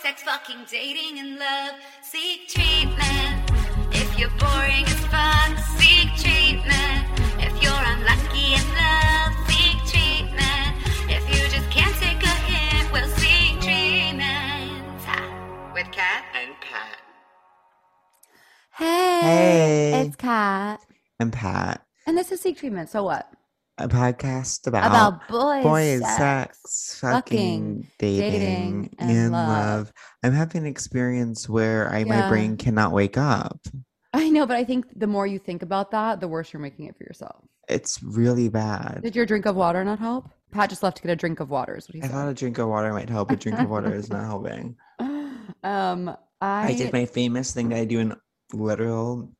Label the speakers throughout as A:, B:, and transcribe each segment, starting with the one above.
A: sex, fucking, dating, and love. Seek treatment. If you're boring as fuck, seek treatment. If you're unlucky in love, seek treatment. If you just can't take a hit, we'll seek treatment. Ah, With Cat and Pat.
B: Hey,
C: Hey.
B: it's Kat.
C: and Pat,
B: And this is Seek Treatment. So what?
C: a podcast about,
B: About boys,
C: boys,
B: sex.
C: sex,
B: fucking,
C: fucking, dating,
B: dating, and
C: and,
B: love.
C: love. I'm having an experience where I
B: Yeah.
C: my brain cannot wake up.
B: I know, but I think the more you think about that, the worse you're making it for yourself.
C: It's really bad.
B: Did your drink of water not help? Pat just left to get a drink of water, is what he
C: I thought a
B: said.
C: drink of water might help. A drink of water is not helping.
B: um, I,
C: I, did my famous thing that I do in literal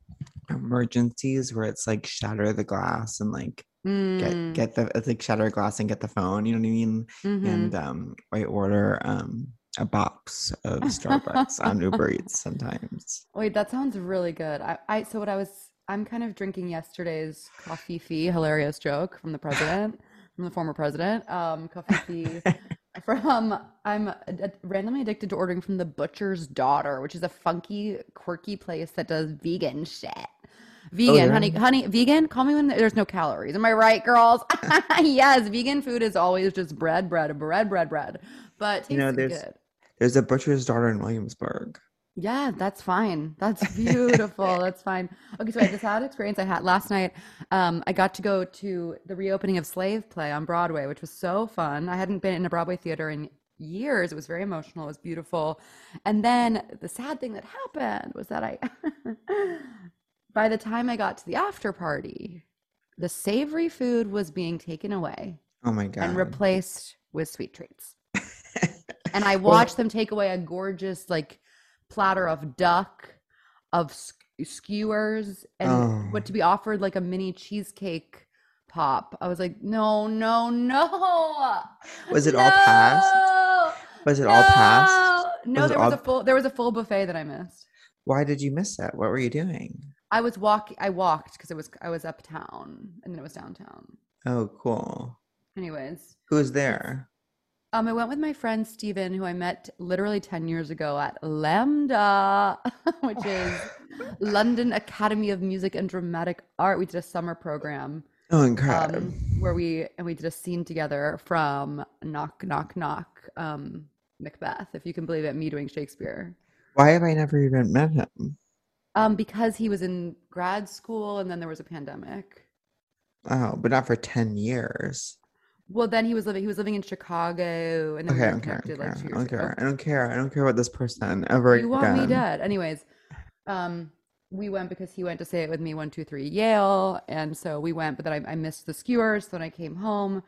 C: emergencies where it's like shatter the glass and like
B: Mm,
C: get get the it's like shatter a glass and get the phone. You know what I mean?
B: mhm.
C: and um, I order um, a box of Starbucks on Uber Eats sometimes.
B: Wait, that sounds really good. I, I so what I was I'm kind of drinking yesterday's coffee fee hilarious joke from the president, from the former president. Um, coffee fee from I'm ad- randomly addicted to ordering from the butcher's daughter, which is a funky, quirky place that does vegan shit. Vegan,
C: Oh, yeah?
B: honey, honey, vegan. Call me when there's no calories. Am I right, girls? yes, vegan food is always just bread, bread, bread, bread, bread. But
C: You know,
B: tasted
C: there's-
B: good.
C: There's a butcher's daughter in Williamsburg.
B: Yeah, that's fine. That's beautiful. that's fine. Okay, so I this had experience I had last night. Um, I got to go to the reopening of Slave Play on Broadway, which was so fun. I hadn't been in a Broadway theater in years. It was very emotional. It was beautiful. And then the sad thing that happened was that I, by the time I got to the after party, the savory food was being taken away
C: Oh my god!
B: and replaced with sweet treats. and I watched them take away a gorgeous like platter of duck, of s- skewers, and what
C: Oh.
B: to be offered like a mini cheesecake pop. I was like, no, no, no.
C: was it all past?
B: No!
C: Was it all past?
B: No, No,
C: Was it
B: there was
C: all-
B: a full there was a full buffet that I missed.
C: Why did you miss that? What were you doing?
B: I was walk I walked because it was I was uptown and then it was downtown.
C: Oh, cool.
B: Anyways,
C: Who was there?
B: Um, I went with my friend Steven, who I met literally 10 years ago at Lambda, which is London Academy of Music and Dramatic Art. We did a summer program
C: Oh, incredible!
B: um, where we and we did a scene together from Knock Knock Knock um, Macbeth, if you can believe it, me doing Shakespeare.
C: Why have I never even met him?
B: Um, because he was in grad school and then there was a pandemic.
C: Oh, but not for ten years.
B: Well, then he was living he was living in Chicago and then we
C: Okay,
B: were
C: I don't care. I
B: connected
C: don't
B: like two
C: care. I
B: years
C: don't
B: ago.
C: care. I don't care. I don't care about this person ever
B: You
C: again. Oh
B: want me dead. Anyways, um, we went because he went to say it with me one, two, three, Yale. And so we went, but then I, I missed the skewers. So then I came home.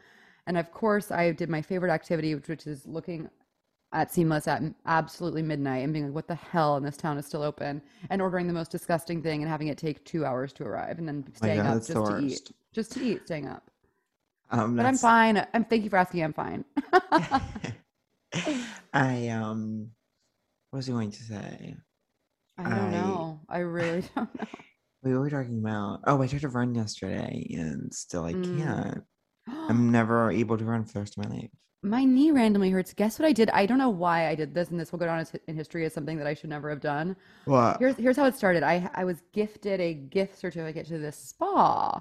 B: And of course, I did my favorite activity, which, which is looking at Seamless at m- absolutely midnight and being like, what the hell? And this town is still open. And ordering the most disgusting thing and having it take two hours to arrive and then
C: Oh my
B: staying
C: God,
B: up
C: that's
B: just
C: the
B: to eat.
C: worst.
B: Just to eat, staying up.
C: Um,
B: But I'm
C: that's-
B: fine. I'm thank you for asking. I'm fine.
C: I um what was I going to say?
B: I don't
C: I-
B: know. I really don't know.
C: We were talking about oh I tried to run yesterday and still I
B: Mm.
C: can't. I'm never able to run for the rest of my life.
B: My knee randomly hurts. Guess what I did? I don't know why I did this, and this will go down as hi- in history as something that I should never have done.
C: Well
B: Here's here's how it started. I I was gifted a gift certificate to this spa,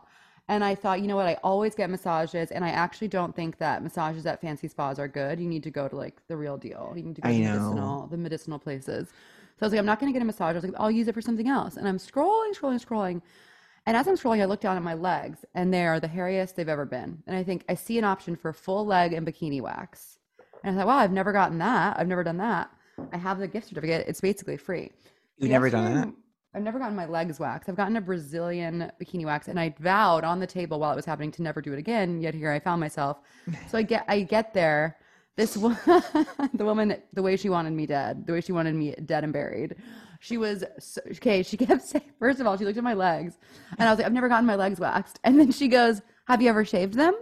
B: and I thought, you know what? I always get massages, and I actually don't think that massages at fancy spas are good. You need to go to like the real deal. You need to go
C: I
B: to
C: know.
B: medicinal the medicinal places. So I was like, I'm not gonna get a massage. I was like, I'll use it for something else. And I'm scrolling, scrolling, scrolling. And as I'm scrolling, I look down at my legs, and they are the hairiest they've ever been. And I think I see an option for full leg and bikini wax. And I thought, wow, I've never gotten that. I've never done that. I have the gift certificate. It's basically free.
C: You've never done
B: Yesterday,
C: that?
B: I've never gotten my legs waxed. I've gotten a Brazilian bikini wax, and I vowed on the table while it was happening to never do it again. Yet here I found myself. So I get, I get there. This wo- the woman, the way she wanted me dead, the way she wanted me dead and buried. She was so, okay. She kept saying, first of all, she looked at my legs, and I was like, I've never gotten my legs waxed. And then she goes, Have you ever shaved them?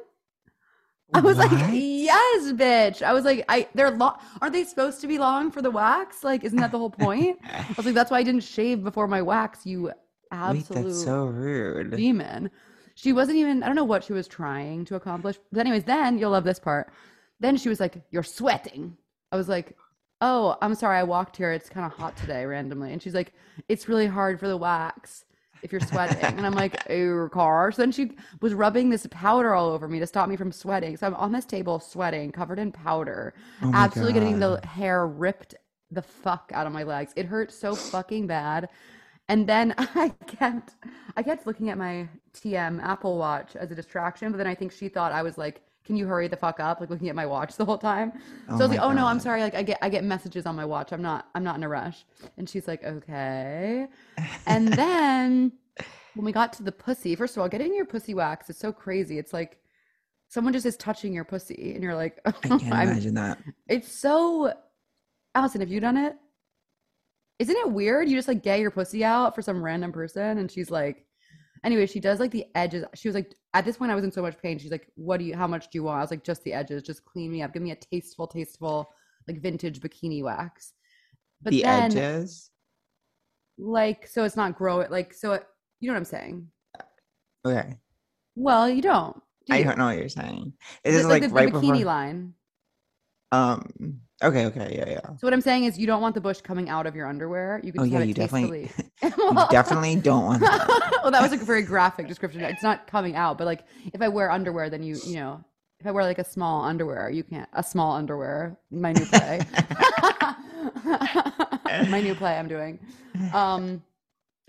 B: I was like,
C: What?
B: yes, bitch. I was like, I they're long. Aren't they supposed to be long for the wax? Like, isn't that the whole point? I was like, that's why I didn't shave before my wax. You
C: Wait,
B: absolute
C: that's so rude.
B: demon. She wasn't even. I don't know what she was trying to accomplish. But anyways, then you'll love this part. Then she was like, "You're sweating." I was like, oh, I'm sorry, I walked here. It's kind of hot today randomly. And she's like, it's really hard for the wax if you're sweating. and I'm like, your car. So then she was rubbing this powder all over me to stop me from sweating. So I'm on this table sweating, covered in powder,
C: Oh my
B: absolutely getting the
C: God.
B: hair ripped the fuck out of my legs. It hurt so fucking bad. And then I kept I kept looking at my TM Apple Watch as a distraction, but then I think she thought I was like, "Can you hurry the fuck up?" like looking at my watch the whole time. So
C: Oh
B: I was
C: my
B: like, "Oh no, I'm
C: God.
B: sorry. Like I get I get messages on my watch. I'm not I'm not in a rush." And she's like, "Okay." And then when we got to the pussy, first of all, getting your pussy wax is so crazy. It's like someone just is touching your pussy and you're like,
C: I can't
B: I'm
C: imagine that.
B: it's so, Allison, have you done it? Isn't it weird? You just like get your pussy out for some random person, and she's like, anyway, she does like the edges. She was like, at this point, I was in so much pain. She's like, what do you, how much do you want? I was like, just the edges, just clean me up, give me a tasteful, tasteful, like vintage bikini wax. But
C: the
B: then,
C: edges.
B: like, so it's not grow it, like, so it, you know what I'm saying?
C: Okay,
B: Well, you don't. do
C: I
B: you?
C: don't know what you're saying. It
B: The-
C: is like,
B: the, the
C: right
B: bikini
C: before.
B: line.
C: Um. Okay. Okay. Yeah. Yeah.
B: So what I'm saying is, you don't want the bush coming out of your underwear. You can
C: Oh
B: just
C: yeah.
B: have
C: You
B: it
C: definitely.
B: tastefully.
C: you
B: Well-
C: definitely don't want that.
B: well, that was like a very graphic description. It's not coming out, but like if I wear underwear, then you you know if I wear like a small underwear, you can't a small underwear. My new play, my new play I'm doing. Um,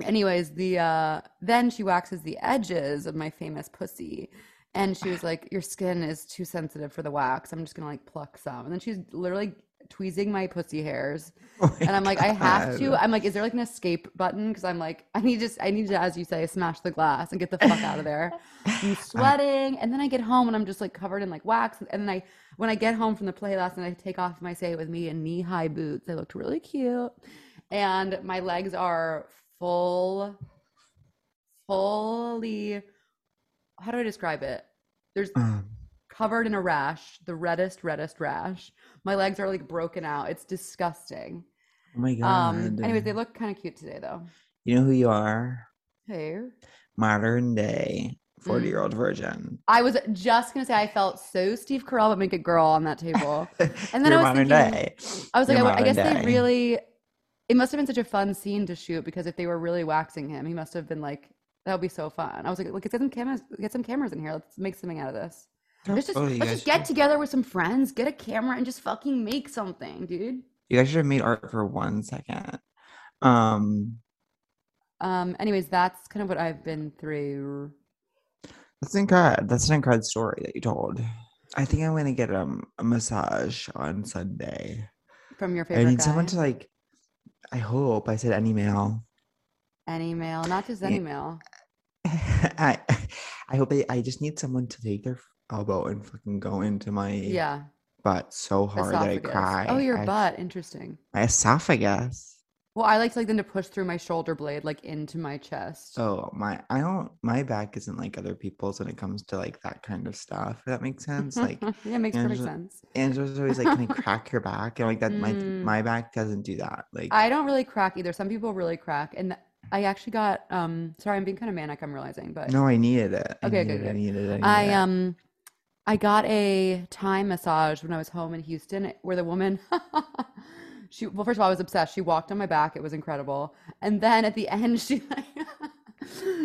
B: anyways, the uh, then she waxes the edges of my famous pussy. And she was like, "Your skin is too sensitive for the wax. I'm just gonna like pluck some." And then she's literally tweezing my pussy hairs
C: Oh my
B: and I'm like, I have to.
C: God.
B: I'm like, is there like an escape button? Because I'm like, I need just, I need to, as you say, smash the glass and get the fuck out of there. I'm sweating, and then I get home and I'm just like covered in like wax. And then I, when I get home from the play last night, I take off my say it with me and knee high boots. They looked really cute, and my legs are full, fully. How do I describe it? There's
C: Um,
B: covered in a rash, the reddest, reddest rash. My legs are like broken out. It's disgusting.
C: oh my god.
B: Um, anyways, they look kind of cute today, though.
C: you know who you are?
B: Hey,
C: Modern day
B: Mm.
C: forty-year-old virgin.
B: I was just gonna say I felt so Steve Carell, but make a girl on that table. And then I
C: You're
B: was
C: modern
B: thinking-
C: day.
B: I was like, I,
C: You're
B: w- I guess
C: modern
B: they
C: day.
B: really. It must have been such a fun scene to shoot because if they were really waxing him, he must have been like, "That would be so fun." I was like, "Look, let's get some cameras. Get some cameras in here. Let's make something out of this. Let's just
C: Totally, Oh, you
B: let's
C: guys
B: just get
C: should-
B: together with some friends, get a camera, and just fucking make something, dude."
C: You guys should have made art for one second. Um,
B: Um. Anyways, that's kind of what I've been through.
C: that's incredible. That's an incredible story that you told. I think I'm gonna get um, a massage on Sunday.
B: From your
C: I
B: favorite
C: need someone
B: guy.
C: to like. I hope I said any male.
B: any male, not just any male.
C: I I hope I, I just need someone to take their elbow and fucking go into my
B: Yeah.
C: butt so hard that I
B: Esophagus.
C: cry.
B: Oh, your
C: I-
B: butt. Interesting.
C: My esophagus.
B: Well, I like to like them to push through my shoulder blade, like into my chest.
C: Oh my! I don't. My back isn't like other people's when it comes to like that kind of stuff. If that makes sense. Like
B: yeah, makes perfect
C: Angela-
B: sense.
C: Angela's always like, "Can I crack your back?" And like that, my
B: Mm.
C: my back doesn't do that. Like
B: I don't really crack either. Some people really crack, and I actually got. Um, sorry, I'm being kind of manic. I'm realizing, but
C: no, I needed it. I
B: Okay, okay,
C: needed it, I
B: okay.
C: needed it. I,
B: I
C: needed it.
B: um I got a Thai massage when I was home in Houston where the woman she well first of all I was obsessed. She walked on my back. It was incredible. And then at the end she like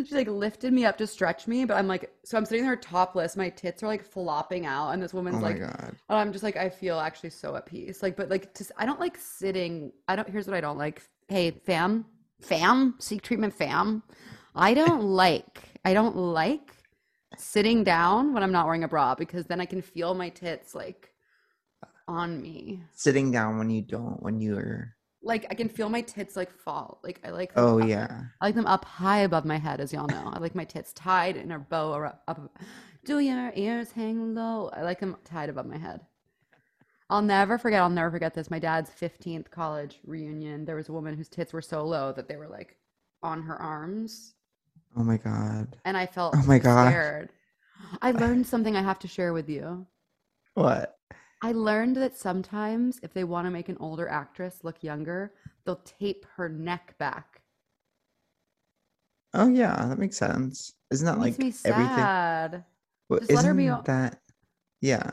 B: she like lifted me up to stretch me, but I'm like so I'm sitting there topless. My tits are like flopping out and this
C: Oh
B: woman's
C: my
B: like
C: god!
B: and I'm just like I feel actually so at peace. Like but like just I don't like sitting. I don't here's what I don't like. Hey, fam. Fam, seek treatment fam. I don't like I don't like sitting down when I'm not wearing a bra because then I can feel my tits like on me.
C: Sitting down when you don't, when you're.
B: Like I can feel my tits like fall. Like I like them
C: Oh
B: up-
C: yeah.
B: I like them up high above my head, as y'all know. I like my tits tied in a bow or up. up- Do your ears hang low? I like them tied above my head. I'll never forget. I'll never forget this. My dad's 15th college reunion. There was a woman whose tits were so low that they were like on her arms,
C: Oh my god.
B: and I felt
C: Oh my
B: so
C: gosh.
B: scared. I learned something I have to share with you.
C: What?
B: I learned that sometimes if they want to make an older actress look younger, they'll tape her neck back.
C: Oh yeah, that makes sense. Isn't that
B: It makes
C: like
B: me
C: everything?
B: sad.
C: Well,
B: Just
C: isn't
B: let her be o-
C: that? Yeah,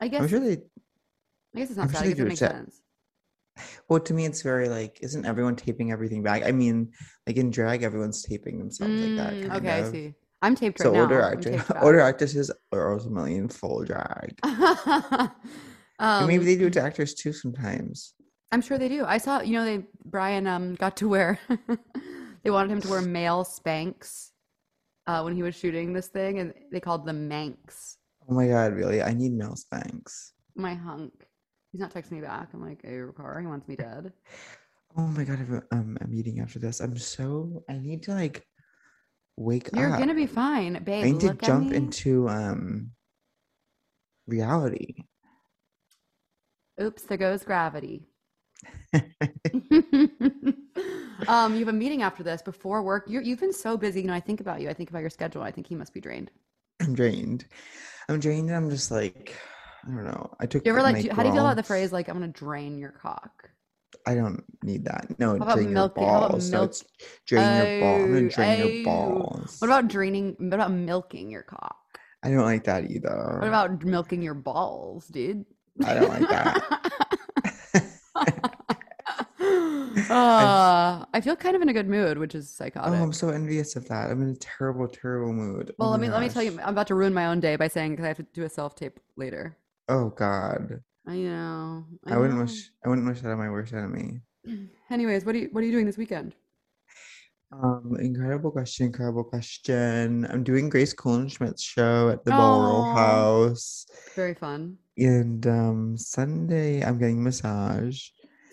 B: I
C: I'm
B: guess
C: sure they.
B: I guess it's
C: I'm
B: not sad.
C: sure
B: I
C: they
B: guess it
C: do
B: makes
C: accept-
B: sense.
C: Well, to me, it's very like, isn't everyone taping everything back? I mean, like in drag, everyone's taping themselves like that.
B: Mm,
C: Kind
B: okay,
C: of.
B: I see. I'm taped right
C: So
B: now.
C: older
B: I'm
C: actors,
B: taped back.
C: older actresses are ultimately in full drag.
B: um,
C: and maybe they do it to actors too sometimes.
B: I'm sure they do. I saw, you know, they Brian um got to wear. they wanted him to wear male Spanx uh, when he was shooting this thing, and they called them Manx.
C: Oh my god, really? I need Mel Spanks.
B: My hunk. He's not texting me back. I'm like, hey, Ricard, he wants me dead.
C: Oh my god, I've, um, I'm eating after this. I'm so I need to like wake
B: You're
C: up.
B: gonna be fine, babe.
C: I Ah. need to
B: look at
C: jump
B: me.
C: into um reality.
B: Oops, there goes gravity. um, you have a meeting after this before work. You're, you've been so busy. You know, I think about you. I think about your schedule. I think he must be drained.
C: I'm drained. I'm drained and I'm just like I don't know. I took
B: You ever
C: my
B: like? do- how do you feel about the
C: girl-
B: phrase like "I'm gonna drain your cock"?
C: I don't need that. No,
B: about
C: drain your
B: milk- how about
C: balls. No,
B: milk-
C: it's drain your ball. I'm
B: Oh,
C: gonna drain
B: oh.
C: your balls.
B: What about draining? What about milking your cock?
C: I don't like that either.
B: What about milking your balls, dude?
C: I don't like that.
B: uh, I feel kind of in a good mood, which is
C: Oh,
B: psychotic.
C: I'm so envious of that. I'm in a terrible, terrible mood. Oh
B: well, let
C: my
B: me let me tell you,
C: gosh.
B: I'm about to ruin my own day by saying because I have to do a self tape later.
C: Oh God,
B: I know.
C: I wouldn't
B: know.
C: wish. I wouldn't wish that on my worst enemy.
B: Anyways, what are you what are you doing this weekend?
C: Um, incredible question, incredible question. I'm doing Grace Coolin Schmidt's show at the Ballroll
B: Aw.
C: House,
B: Very fun.
C: and um, Sunday I'm getting massage.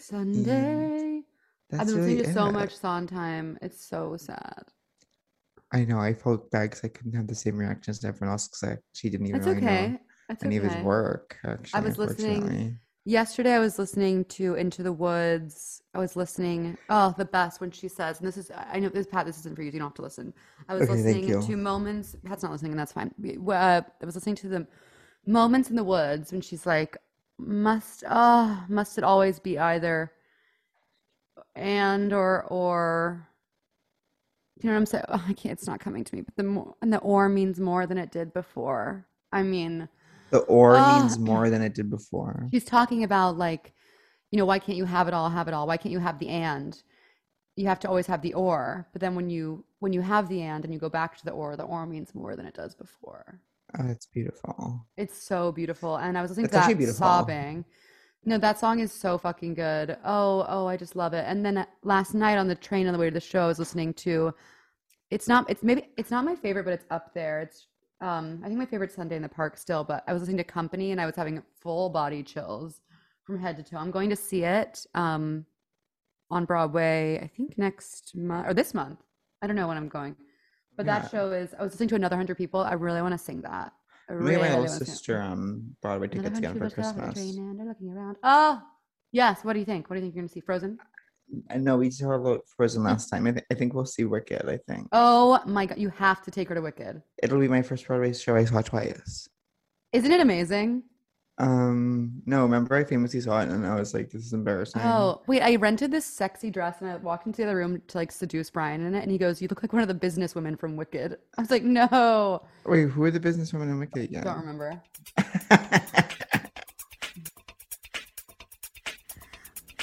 B: Sunday.
C: Mm, That's
B: I've been
C: really
B: listening to so
C: it.
B: much Sondheim. It's so sad.
C: I know I felt bad because I couldn't have the same reaction as everyone else because she didn't even
B: That's
C: really know
B: okay. That's
C: any of
B: okay.
C: his work. Actually,
B: was listening-
C: unfortunately.
B: Yesterday, I was listening to Into the Woods. I was listening, oh, the best when she says, and this is, I know this, Pat, this isn't for you. so You don't have to listen. I was
C: Okay, thank
B: listening to
C: you.
B: moments, Pat's not listening, and that's fine. We- w- Uh, I was listening to the moments in the woods when she's like, must, ah, must it always be either and or, or, you know what I'm saying? Oh, I can't, it's not coming to me, but the more, and the or means more than it did before. I mean,
C: The or
B: Ah.
C: means more than it did before.
B: She's talking about like, you know, why can't you have it all, have it all? Why can't you have the and? You have to always have the or. But then when you when you have the and and you go back to the or, the or means more than it does before.
C: Oh, that's beautiful.
B: It's so beautiful. And I was listening
C: It's
B: to
C: actually
B: that
C: beautiful.
B: sobbing. No, that song is so fucking good. Oh, oh, I just love it. And then uh, last night on the train on the way to the show, I was listening to it's not it's maybe it's not my favorite, but it's up there. It's um I think my favorite Sunday in the park still, but I was listening to Company and I was having full body chills from head to toe. I'm going to see it um on Broadway, I think next month or this month. I don't know when I'm going. But
C: Yeah.
B: that show is I was listening to another hundred people. I really want to sing that. I
C: Me
B: really,
C: and my
B: really
C: little
B: want to sing it.
C: sister um Broadway
B: Another
C: tickets again for
B: hundred people travel the
C: Christmas.
B: train and are looking around. Oh, yes. What do you think? What do you think you're going to see? Frozen?
C: I know we saw Lo- Frozen last time. I, th- I think we'll see Wicked. I think
B: Oh my God. You have to take her to Wicked.
C: it'll be my first Broadway show I saw twice.
B: Isn't it amazing?
C: Um, no, remember I famously saw it and I was like, this is embarrassing.
B: Oh, wait. I rented this sexy dress and I walked into the other room to like seduce Brian in it. And he goes, You look like one of the business women from Wicked. I was like, No,
C: Wait, who are the businesswomen in Wicked again?
B: don't remember.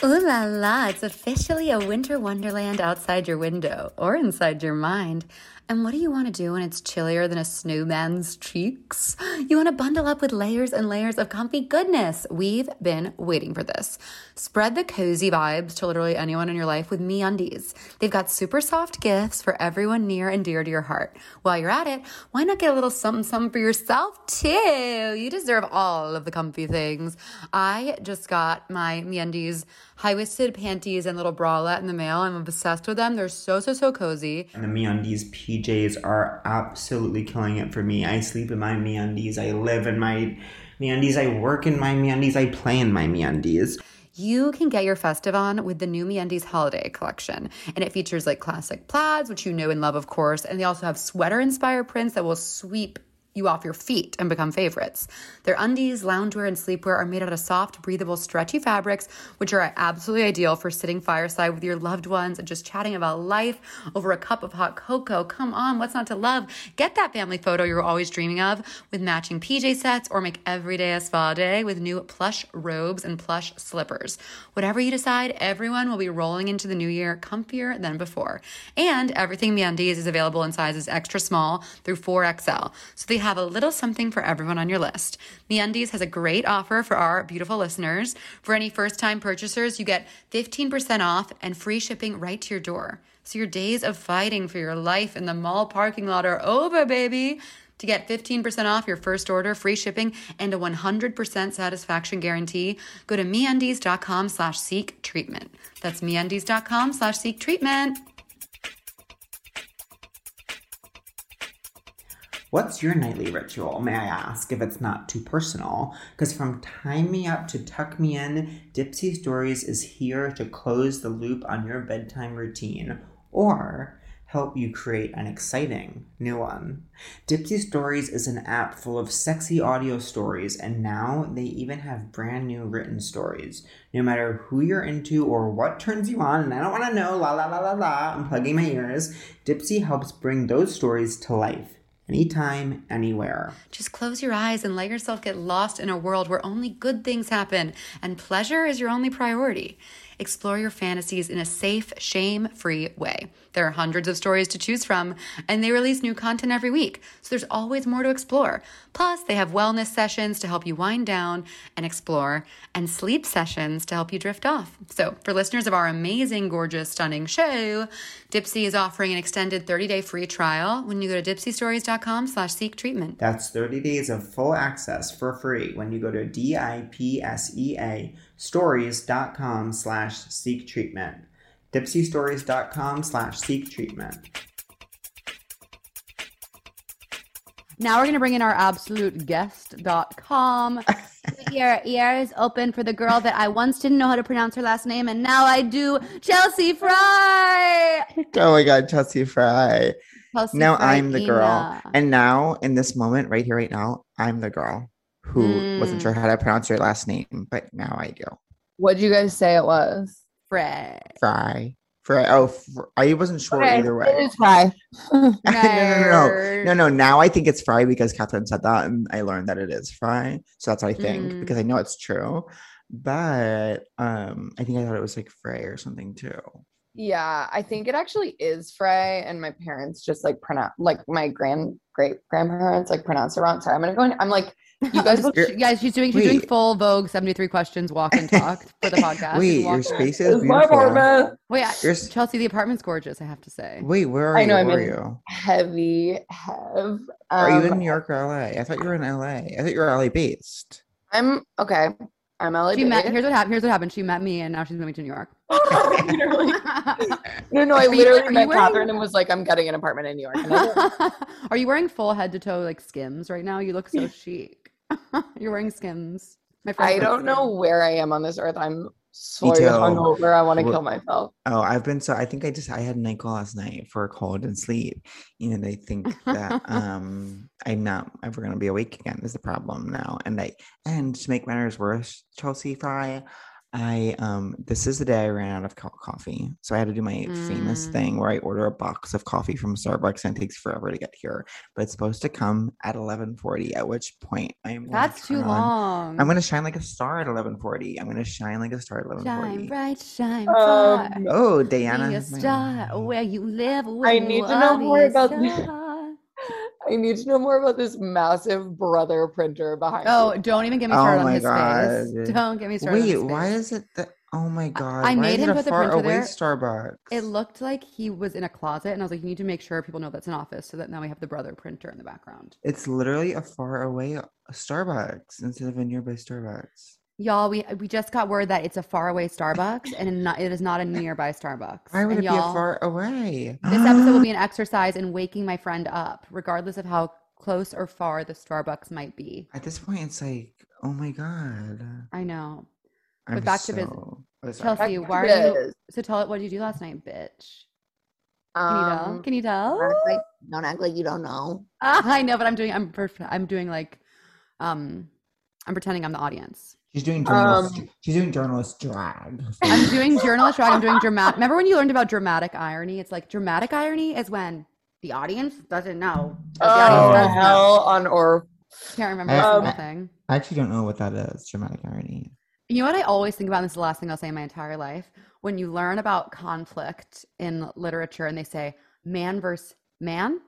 B: Ooh la la, it's officially a winter wonderland outside your window or inside your mind. And what do you want to do when it's chillier than a snowman's cheeks? You want to bundle up with layers and layers of comfy goodness. We've been waiting for this. Spread the cozy vibes to literally anyone in your life with Me Undies. They've got super soft gifts for everyone near and dear to your heart. While you're at it, why not get a little something something for yourself too? You deserve all of the comfy things. I just got my MeUndies high-waisted panties and little bralette in the mail. I'm obsessed with them. They're so so so cozy.
D: And the MeUndies PJs are absolutely killing it for me. I sleep in my MeUndies. I live in my MeUndies. I work in my MeUndies. I play in my MeUndies.
B: You can get your festive on with the new MeUndies holiday collection, and it features like classic plaids, which you know and love, of course, and they also have sweater-inspired prints that will sweep you off your feet and become favorites. Their undies, loungewear, and sleepwear are made out of soft, breathable, stretchy fabrics, which are absolutely ideal for sitting fireside with your loved ones and just chatting about life over a cup of hot cocoa. Come on, what's not to love? Get that family photo you're always dreaming of with matching PJ sets or make every day a spa day with new plush robes and plush slippers. Whatever you decide, everyone will be rolling into the new year comfier than before. And everything MeUndies is available in sizes extra small through 4XL, so they have a little something for everyone on your list. MeUndies has a great offer for our beautiful listeners. For any first-time purchasers, you get 15% off and free shipping right to your door. So your days of fighting for your life in the mall parking lot are over, baby. To get 15% off your first order, free shipping, and a 100% satisfaction guarantee, go to MeUndies.com slash seek treatment. That's MeUndies.com slash seek treatment.
D: What's your nightly ritual, may I ask, if it's not too personal? Because from Time Me Up to Tuck Me In, Dipsy Stories is here to close the loop on your bedtime routine or help you create an exciting new one. Dipsy Stories is an app full of sexy audio stories, and now they even have brand new written stories. No matter who you're into or what turns you on, and I don't want to know, la la la la la, I'm plugging my ears, Dipsy helps bring those stories to life anytime, anywhere.
B: Just close your eyes and let yourself get lost in a world where only good things happen and pleasure is your only priority. Explore your fantasies in a safe, shame free way. There are hundreds of stories to choose from, and they release new content every week, so there's always more to explore. Plus, they have wellness sessions to help you wind down and explore, and sleep sessions to help you drift off. So, for listeners of our amazing, gorgeous, stunning show, Dipsy is offering an extended 30-day free trial when you go to dipsystories.com slash seek treatment.
D: That's 30 days of full access for free when you go to D-I-P-S-E-A stories.com slash seek treatment. Dipsystories.com slash seek treatment.
B: Now we're going to bring in our absolute guest.com.
E: Your ear E is open for the girl that I once didn't know how to pronounce her last name, and now I do. Chelsea Fry.
C: Oh my God, Chelsea Fry.
E: Chelsea
C: now
E: Fry
C: I'm the girl.
E: Ina.
C: And now in this moment, right here, right now, I'm the girl who wasn't
F: Mm.
C: sure how to pronounce your last name, but now I do.
F: What'd you guys say it was?
E: Fry.
C: Fry. Fry. Oh, fr- I wasn't sure
F: Okay,
C: either
F: It
C: way.
F: is fry.
C: no, no, no,
E: Nerd.
C: no, no. Now I think it's Fry because Catherine said that, and I learned that it is Fry. So that's what I think
B: Mm.
C: because I know it's true. But um, I think I thought it was like Frey or something too.
F: Yeah, I think it actually is Frey, and my parents just like pronounce like my grand great grandparents like pronounce it wrong. Sorry, I'm gonna go in. I'm like, you guys will
C: You're-
B: You guys, she's doing she's doing
C: Wait.
B: full Vogue 73 questions walk and talk for the podcast.
C: Wait,
B: She's
C: your
B: walking-
C: space is
F: It's my
C: beautiful.
F: apartment.
B: Wait, I-
C: You're s-
B: Chelsea, the apartment's gorgeous, I have to say.
C: Wait, where are
F: I
C: you?
F: know, I'm
C: Where are
F: in-
C: you?
F: Heavy have.
C: Are you
F: Um,
C: in New York or LA? I thought you were in LA. I thought you were LA based.
F: I'm okay. I'm LA.
B: She met, here's what happened. Here's what happened. She met me, and now she's moving to New York.
F: literally, no, no, I
B: Are you-
F: literally
B: are
F: met
B: you wearing-
F: Catherine and was like, I'm getting an apartment in New York. And I was like,
B: Are you wearing full head to toe like Skims right now? You look so chic. You're wearing Skims. My friend.
F: I
B: wears
F: don't know
B: Skims.
F: where I am on this earth. I'm so
C: too.
F: hungover. I want to
C: We're-
F: kill myself.
C: Oh, I've been so I think I just I had an ankle last night for a cold and sleep. You know, they think that um I'm not ever gonna be awake again is the problem now. And I and to make matters worse, Chelsea Fry, I um this is the day I ran out of co- coffee. So I had to do my famous
B: Mm.
C: thing where I order a box of coffee from Starbucks and it takes forever to get here. But it's supposed to come at eleven forty, at which point I am going to
B: That's too
C: turn on-
B: long.
C: I'm gonna shine like a star at eleven forty. I'm gonna shine like a star at eleven
B: shine
C: forty.
B: bright, shine far.
F: Um,
C: Oh,
B: Be
C: Diana.
B: a
C: is my
B: star
C: only-
B: where you live. where you
F: need to know
B: are, be
F: more
B: a
F: about this.
B: star.
F: I need to know more about this massive brother printer behind.
B: Oh,
F: me.
B: don't even get me
C: Oh
B: started on
C: my
B: his
C: God.
B: face. Don't get me started. on
C: Wait,
B: his
C: why
B: face.
C: is it that? Oh my god!
B: I
C: why
B: made
C: is it
B: him
C: a
B: put the
C: far
B: printer
C: away
B: there.
C: Starbucks.
B: It looked like he was in a closet, and I was like, "You need to make sure people know that's an office, so that now we have the brother printer in the background."
C: It's literally a far away Starbucks instead of a nearby Starbucks.
B: Y'all, we we just got word that it's a faraway Starbucks, and not, it is not a nearby Starbucks.
C: Why would
B: and
C: it be a far away?
B: This episode will be an exercise in waking my friend up, regardless of how close or far the Starbucks might be.
C: At this point, it's like, oh my god.
B: I know.
C: I'm
B: back to business.
C: so- oh, sorry.
B: Chelsea,
F: Back
B: why
F: to
B: are you?
F: this.
B: So tell it. What did you do last night, bitch? Can you tell?
F: Um,
B: Can you tell?
F: like, don't act like you don't know.
B: Ah, I know, but I'm doing. I'm. perf- I'm doing like. Um, I'm pretending I'm the audience.
C: She's doing journalist. she's doing journalist drag.
B: Um, I'm doing journalist drag. I'm doing dramatic. Remember when you learned about dramatic irony? It's like dramatic irony is when the audience doesn't know. but the
F: Oh,
B: audience does know.
F: hell on or
B: Can't remember
C: Um,
B: a single thing.
C: I actually don't know what that is. Dramatic irony.
B: You know what I always think about, and this is the last thing I'll say in my entire life. When you learn about conflict in literature and they say man versus man,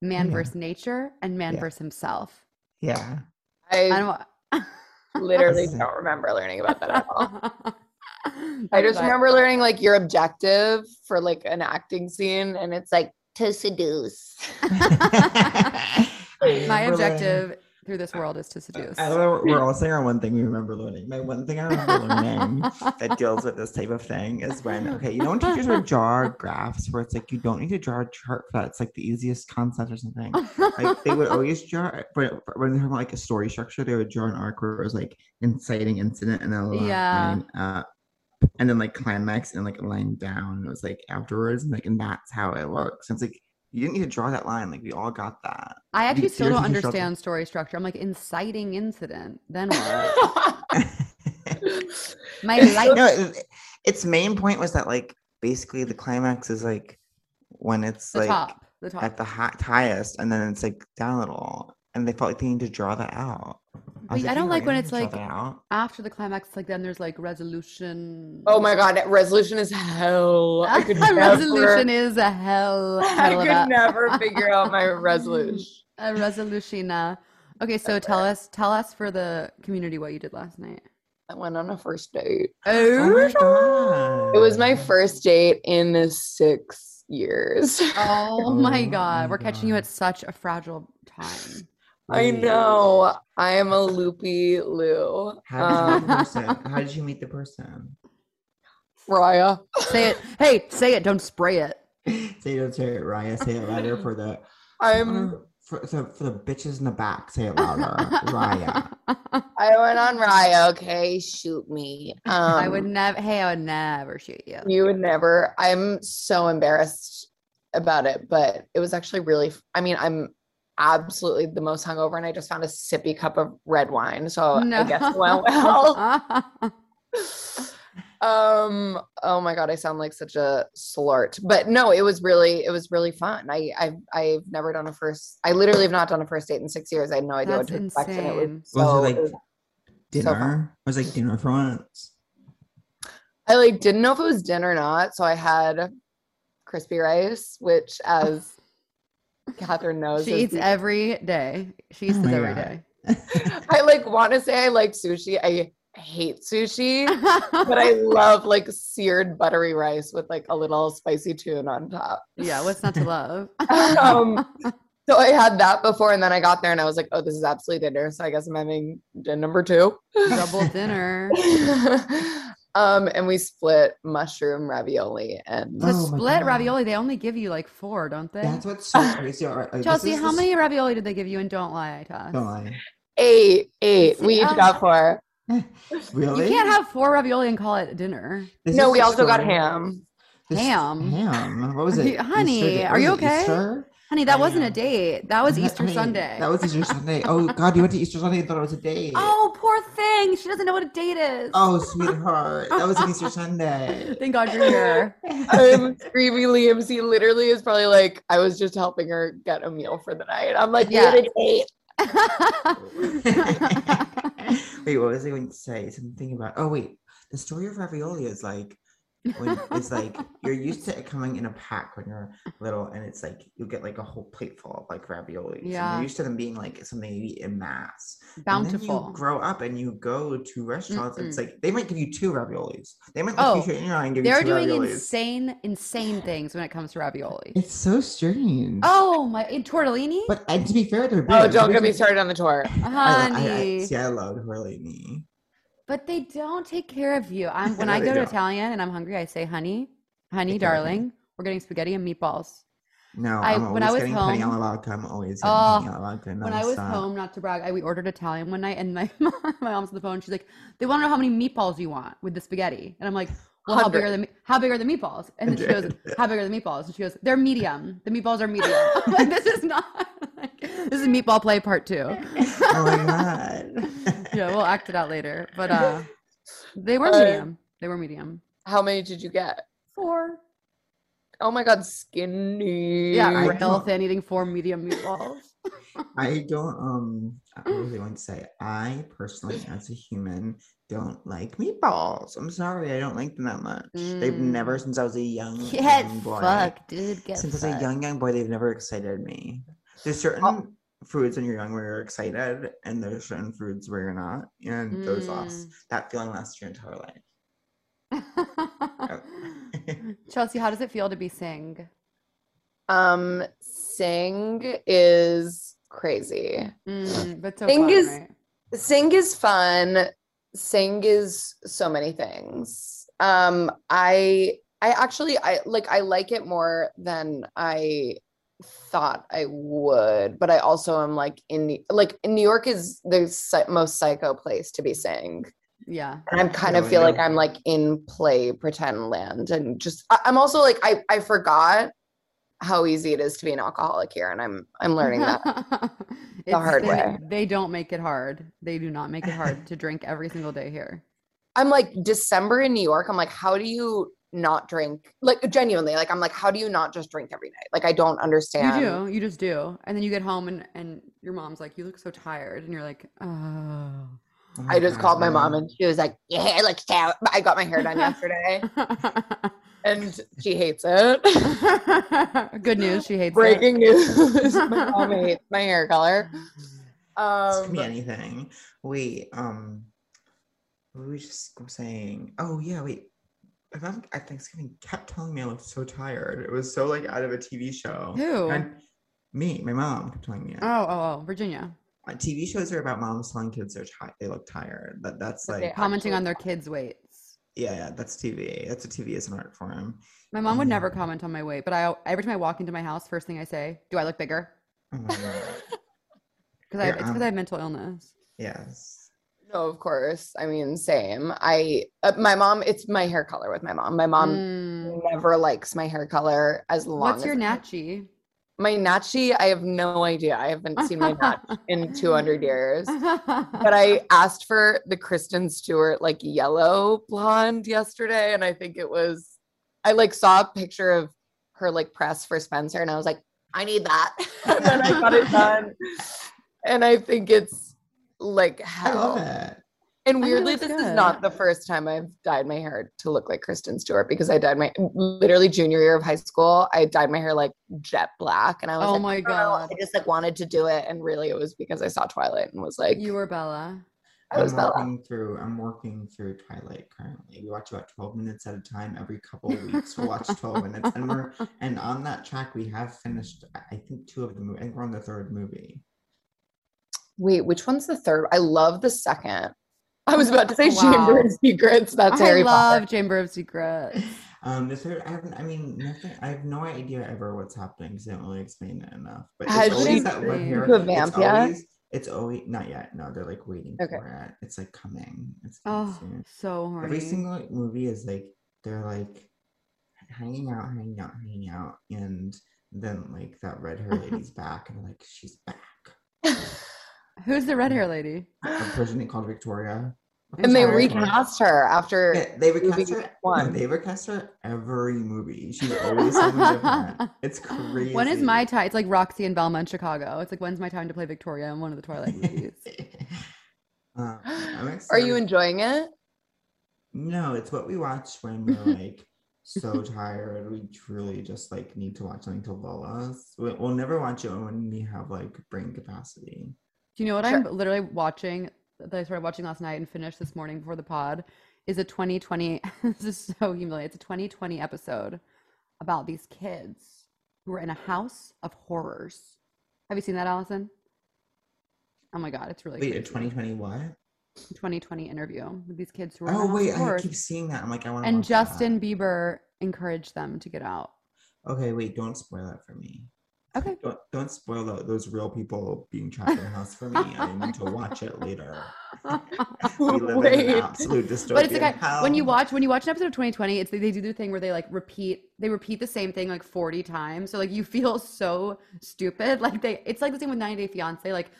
B: man
C: Yeah.
B: versus nature, and man
C: Yeah.
B: versus himself.
C: Yeah.
B: I
F: I
B: don't
F: literally
C: Listen.
F: don't remember learning about that at all. I
B: That's
F: Oh. just
B: what
F: remember learning like your objective for like an acting scene, and it's like to seduce.
B: My
C: Remember learning-
B: objective through this world is to seduce.
C: I love- we're all saying our one thing we remember learning. My one thing I remember learning that deals with this type of thing is when okay, you know when teachers would draw graphs where it's like you don't need to draw a chart for that. It's like the easiest concept or something. Like they would always draw for, for- when they were like a story structure, they would draw an arc where it was like inciting incident and then a
B: Yeah.
C: line up and then like climax and like a line down. It was like afterwards and like and that's how it works. And it's like you didn't need to draw that line. Like we all got that.
B: I actually
C: You-
B: still
C: yours
B: don't
C: is your shelter.
B: understand story structure. I'm like inciting incident. Then what? My
F: It's
B: life.
C: no, it- its main point was that like basically the climax is like when it's
B: The
C: like
B: top. The top.
C: at the hot, highest, and then it's like down a little, and they felt like they need to draw that out.
B: But I don't
C: "You
B: like
C: don't
B: when
C: need
B: it's
C: to draw
B: like-
C: that out."
B: After the climax, like then there's like resolution.
F: oh my god, resolution is hell. I could
B: resolution
F: never,
B: is a hell.
F: I
B: title of that.
F: could never figure out my resolution.
B: A resolution. Okay, so tell us, tell us for the community what you did last night.
F: I went on a first date.
C: Oh my god!
F: It was my first date in six years.
B: Oh
C: Oh
B: my
C: my
B: God, we're catching you
C: God.
B: at such a fragile time.
F: I know. I am a loopy Lou.
C: How did, you meet the
F: Um,
C: person? How did you meet the person?
F: Raya.
B: Say it. Hey, say it. Don't spray it.
C: Say it, say it, Raya. Say it louder for the
F: I'm
C: for, for, for the bitches in the back. Say it louder, Raya. Uh-huh.
F: I went on Raya, okay? Shoot me. Um,
B: I would never. Hey, I would never shoot you.
F: You would never. I'm so embarrassed about it, but it was actually really. I mean, I'm absolutely the most hungover, and I just found a sippy cup of red wine, so I guess it went well. um. Oh my god, I sound like such a slort, but no, it was really, it was really fun. I, I, I've never done a first. I literally have not done a first date in six years. I had no idea
B: That's
F: what to expect, and it
B: insane.
F: was so.
C: Was it
F: it
C: like
F: was-
C: dinner? was it like dinner for once.
F: I like didn't know if it was dinner or not, so I had crispy rice, which as Catherine knows,
B: she
F: is
B: eats
F: the-
B: every day. She eats
C: Oh
B: this
C: my
B: every
C: God.
B: day.
F: I like want to say I like sushi. I hate sushi, but I love like seared buttery rice with like a little spicy tune on top.
B: yeah, what's not to love?
F: Um, so I had that before, and then I got there and I was like, oh, this is absolutely dinner. So I guess I'm having din number two.
B: Double dinner.
F: um, and we split mushroom ravioli and
B: To
C: Oh my
B: split
C: God.
B: ravioli, they only give you like four, don't they?
C: That's what's so crazy. All right, like, this
B: Chelsea,
C: is
B: how
C: the
B: many ravioli did they give you? And don't lie to us.
C: storyline.
F: eight, eight. We each got four.
C: Really?
B: You can't have four ravioli and call it dinner.
C: This
F: no,
C: is
F: we
C: the
F: also got
C: story-
F: ham.
C: this-
B: Ham.
C: Ham. What was it? Easter
B: Honey,
C: day-
B: are
C: was
B: you
C: it
B: okay?
C: Easter?
B: Honey, that
C: I
B: wasn't a
C: know.
B: date. That was
C: Honey,
B: Easter Sunday.
C: That was Easter Sunday. Oh God, you went to Easter Sunday and thought it was a day.
B: oh, poor thing. She doesn't know what a date is.
C: Oh, sweetheart, that was an Easter Sunday.
B: Thank God you're here.
F: I'm screaming Liam. He literally is probably like, I was just helping her get a meal for the night. I'm like,
B: Yeah.
F: yeah. did eight.
C: wait, what was I going to say? Something about oh wait, the story of ravioli is like when it's like you're used to it coming in a pack when you're little, and it's like you get like a whole plate full of like ravioli.
B: Yeah.
C: you're used to them being like something you eat in mass. And then
B: Bountiful.
C: you grow up and you go to restaurants. and It's like they might give you two raviolis. They might
B: Oh,
C: look you straight in your eye and give you
B: They're
C: two
B: doing
C: raviolis.
B: insane, insane things when it comes to ravioli.
C: It's so strange.
B: Oh my, in tortellini,
C: But and to be fair, they're big.
F: Oh, don't get me
C: Here's the-
F: started on the tour.
C: I,
B: honey.
C: I, I, see, I love Herlini.
B: But they don't take care of you. I'm when
C: No,
B: I
C: they
B: go to
C: don't.
B: Italian and I'm hungry, I say, "Honey, honey,
C: Italian.
B: darling, we're getting spaghetti and meatballs."
C: No,
B: I-
C: I, am
B: when I was
C: always getting penny
B: home-
C: alla vodka. I'm always getting
B: Oh,
C: penny alla vodka.
B: when I was
C: nonstop.
B: home, not to brag, I we ordered Italian one night, and my my mom's on the phone. She's like, "They want to know how many meatballs you want with the spaghetti," and I'm like, well, how big are
F: Hundred.
B: the me- how big are the meatballs? And then she goes, how big are the meatballs? And she goes, they're medium. The meatballs are medium. I'm like this is not. Like, this is meatball play part two.
C: Oh my god.
B: yeah, we'll act it out later. But uh, they were
F: Uh,
B: medium. They were medium.
F: How many did you get?
B: Four.
F: Oh my god, skinny.
B: Yeah,
C: I
B: real
C: don't-
B: thin, eating four medium meatballs.
C: I don't um I really want to say I personally as a human don't like meatballs. I'm sorry, I don't like them that much. They've
B: Mm.
C: never since I was a young,
E: Get
C: young boy.
E: fucked, dude. Get
C: Since I was a
E: fucked.
C: young young boy, they've never excited me. There's certain
B: Oh.
C: foods when you're young where you're excited, and there's certain foods where you're not, and those
B: Mm.
C: last that feeling lasts your entire life.
B: Mm.
C: Oh
B: Chelsea, how does it feel to be sing?
F: Um, Sing is crazy.
B: Mm, but so
F: Thing
B: fun,
F: is-
B: right?
F: Sing is fun. Sing is so many things. Um, I I actually I like I like it more than I thought I would, but I also am like in like in New York is the psy- most psycho place to be sing.
B: yeah.
F: And I'm kind of
C: I
F: feel like
C: know.
F: I'm like in play pretend land and just I, I'm also like I I forgot how easy it is to be an alcoholic here and I'm I'm learning
C: Mm-hmm.
F: that.
B: It's-
F: hard
B: they,
F: way.
B: They don't make it hard. They do not make it hard to drink every single day here.
F: I'm like December in New York. I'm like, how do you not drink? Like genuinely, like I'm like, how do you not just drink every night? Like I don't understand.
B: You do. You just do. And then you get home and, and your mom's like, you look so tired. And you're like, oh.
C: Oh my
F: I just
C: God,
F: called my mom
C: Ryan.
F: and she was like, "Your hair looks terrible." I got my hair done yesterday, and she hates it.
B: Good news. She hates it.
F: Breaking news: my mom hates my hair color.
C: This could be
F: Um,
C: anything. Wait, um, we were just saying, oh yeah, wait. My mom at Thanksgiving kept telling me I looked so tired. It was so like out of a TV show.
B: Who?
C: And me, my mom kept telling me.
B: Oh, oh, oh, Virginia.
C: Uh, TV shows are about moms telling kids they're tired. They look tired. That that's
F: But they
C: like,
F: are.
B: Commenting
F: Actually-
B: on their kids' weights.
C: yeah, yeah, that's TV. That's what TV is an art form.
B: My mom would
C: Mhm.
B: never comment on my weight, but I every time I walk into my house, first thing I say, "Do I look bigger?"
C: Oh my god.
B: Because I
C: Your
B: have, it's because
C: aunt-
B: I have mental illness.
C: yes.
F: no, of course. I mean, same. I uh, my mom. It's my hair color with my mom. My mom
B: Mm.
F: never likes my hair color as Um, long.
B: What's
F: as
B: your
F: I'm-
B: natchi?
F: My Nachi, I have no idea. I haven't seen my Nachi in 200 years. But
B: but
F: I asked for the Kristen Stewart like yellow blonde yesterday, and I think it was I like saw a picture of her like press for Spencer, and I was like, I need that. and then I got it done, and I think it's like
C: I
F: hell.
C: love it.
F: And
B: I think
F: weirdly,
B: it's
F: this
B: good.
F: is not the first time I've dyed my hair to look like Kristen Stewart because I dyed my literally junior year of high school. I dyed my hair like jet black, and I was
B: Oh
F: like,
B: my
F: "I don't know,
B: God.
F: I just like wanted to do it, and really, it was because I saw Twilight and was like,
B: you were Bella.
F: I was
C: I'm
F: Bella.
C: working through. I'm working through Twilight currently. We watch about 12 minutes at a time every couple of weeks. We'll watch 12 minutes, and we're and on that track. We have finished. I- I think two of the movie. I think we're on the third movie.
F: Wait, which one's the third? I love the second. I was about to say
B: Oh, Wow.
F: Chamber of Secrets. That's
B: I
F: Harry
B: love
F: Potter.
B: Chamber of Secrets.
C: Um, the third. I haven't. I mean, nothing. I have no idea ever what's happening because they don't really explain it enough. But
F: Has
C: it's
B: she
C: always that one
B: been
C: here.
F: to a vamp
C: it's
F: yet?
C: always. It's always not yet. No, they're like waiting
F: Okay.
C: for it. It's like coming. It's coming
B: Oh,
C: soon.
B: so horny.
C: Every single movie is like they're like hanging out, hanging out, hanging out, and then like that red hair lady's back, and they're like she's back.
B: Who's the red hair lady?
C: A person called Victoria.
F: And they
B: Sorry.
F: recast her after.
C: Yeah, they recast
F: Movie
C: her. No,
F: one.
C: they recast her every movie. She's always someone different. It's crazy.
B: When is my time? It's like Roxy and Velma in Chicago. It's like when's my time to play Victoria in one of the Twilight movies?
C: Um, I'm
F: Are you
C: excited.
F: enjoying it?
C: No, it's what we watch when we're like so tired. We truly just like need to watch something to lull us. We- We'll never watch it when we have like brain capacity.
B: Do you know what
F: Sure.
B: I'm literally watching that I started watching last night and finished this morning before the pod is a 2020 this is so humiliating. It's a 2020 episode about these kids who are in a house of horrors. Have you seen that, Allison? Oh my god, it's really
C: Wait, a
B: crazy.
C: 2020 what?
B: 2020 interview with these kids who are in a
C: Oh
B: house
C: wait,
B: of
C: I
B: horrors.
C: keep seeing that. I'm like, I want to.
B: and Justin Bieber encouraged them to get out.
C: Okay, wait, don't spoil that for me.
B: Okay.
C: Don't, don't spoil tho- those real people being trapped in the house for me. I need to watch it later. We live in an
F: Wait.
C: absolute dystopian
B: But it's like I-
C: hell.
B: when you watch when you watch an episode of 2020, it's they, they do the thing where they like repeat they repeat the same thing like 40 times. So like you feel so stupid. Like they it's like the same with 90 Day Fiance. Like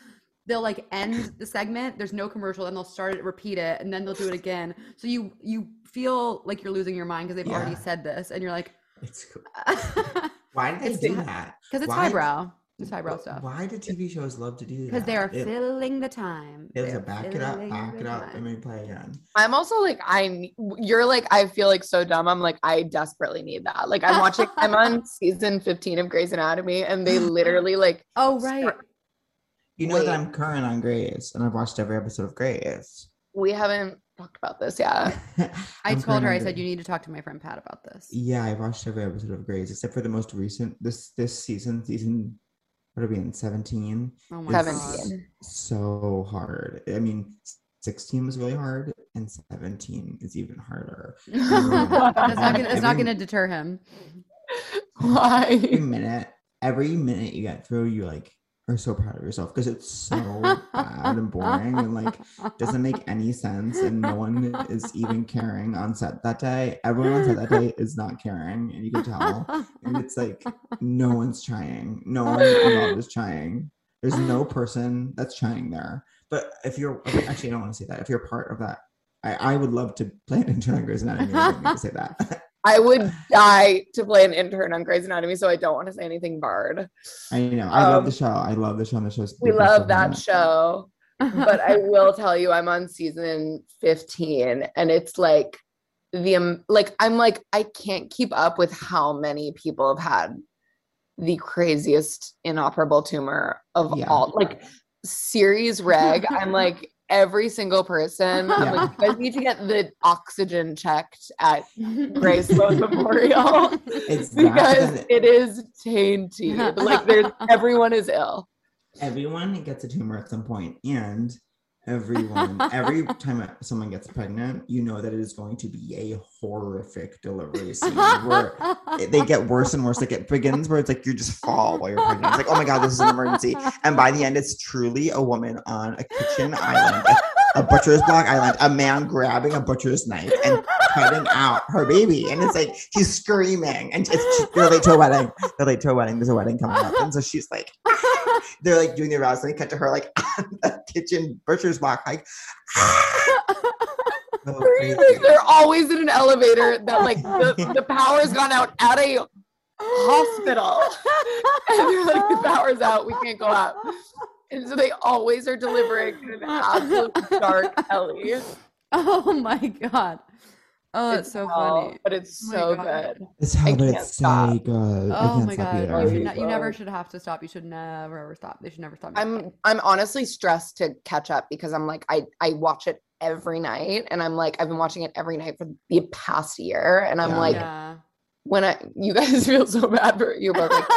B: they'll like end the segment, there's no commercial, then they'll start it, repeat it, and then they'll do it again. So you you feel like you're losing your mind because they've already
C: Yeah.
B: said this, and you're like
C: It's cool.
B: because
C: Why did
B: It's
C: they do
B: not-
C: that?
B: it's
C: Why-
B: highbrow. It's highbrow
C: Wh-
B: stuff.
C: Why do TV shows love to do that?
B: Because they are
C: It-
B: filling the time.
C: It was
B: They
C: a
B: are
C: back it up,
B: filling
C: back
B: the
C: it up,
B: time.
C: and we play again.
F: I'm also like I you're like I feel like so dumb. I'm like I desperately need that. Like I'm watching I'm on season 15 of Grey's Anatomy and they literally like
B: oh right.
C: You know
F: Wait.
C: that I'm current on Grace, and I've watched every episode of Grace.
F: we haven't talked about this yeah.
B: I
C: I'm
B: told
C: current
B: her,
C: on
B: I said,
C: Grace.
B: you need to talk to my friend Pat about this.
C: Yeah, I've watched every episode of Grace except for the most recent. This this season, season what are we in? Seventeen.
B: Oh my god.
F: 17.
C: So hard. I mean, sixteen was really hard, and seventeen is even harder.
B: it's not gonna, it's not
C: Every-
B: gonna deter him.
C: every
F: Why?
C: minute, every minute you get through, you like are so proud of yourself because it's so bad and boring and like doesn't make any sense and no one is even caring on set that day. Everyone on set that day is not caring and you can tell. And it's like no one's trying. No one involved is trying. There's no person that's trying there. But if you're okay, actually I don't want to say that. If you're part of that, I, I would love to play an intern on Grey's Anatomy. I don't mean to say that.
F: I would die to play an intern on Grey's Anatomy, so I don't want to say anything barred.
C: I know. I love the
F: Um,
C: show. I love the show. And the show's
F: We
C: beautiful
F: love
C: and
F: that
C: it-
F: show. but I will tell you, I'm on season 15, and it's like the um, like I'm like I can't keep up with how many people have had the craziest inoperable tumor of
C: Yeah.
F: all. Like series reg, I'm like every single person. I'm
B: um,
F: like, you guys need to get the oxygen checked at Grace Sloan Memorial
C: It's that,
F: because
C: and
F: it is tainted. Like there's everyone is ill.
C: everyone gets a tumor at some point, and everyone, every time someone gets pregnant, you know that it is going to be a horrific delivery scene where eh, they get worse and worse. Like it begins where it's like you just fall while you're pregnant. It's like, oh my god, this is an emergency, and by the end, it's truly a woman on a kitchen island. A, a butcher's block island, a man grabbing a butcher's knife and cutting out her baby. And it's like she's screaming. And it's, they're late to a wedding. They're late to a wedding. There's a wedding coming up. And so she's like, they're like doing the arousal. They cut to her like a kitchen butcher's block, like so
F: Breathing.
C: crazy.
F: They're always in an elevator that like the, the power's gone out at a hospital. And they're like, the power's out, we can't go up. And so they always are delivering in an absolute dark alley.
B: oh my god. Oh, it's, so
F: hell,
B: funny.
F: But it's
B: Oh my
F: so
B: God.
F: good.
C: It's how
F: I
C: but
F: can't
C: it's
F: stop.
C: so good. I
B: Oh
C: can't
B: my
C: stop
B: god.
C: either.
B: You, should
F: Oh,
B: not, you never
F: God.
B: should have to stop. You should never ever stop. They should never stop.
F: I'm I'm honestly stressed to catch up because I'm like I I watch it every night and I'm like I've been watching it every night for the past year and I'm
C: Yeah.
F: like
B: yeah.
F: when I you guys feel so bad for you but like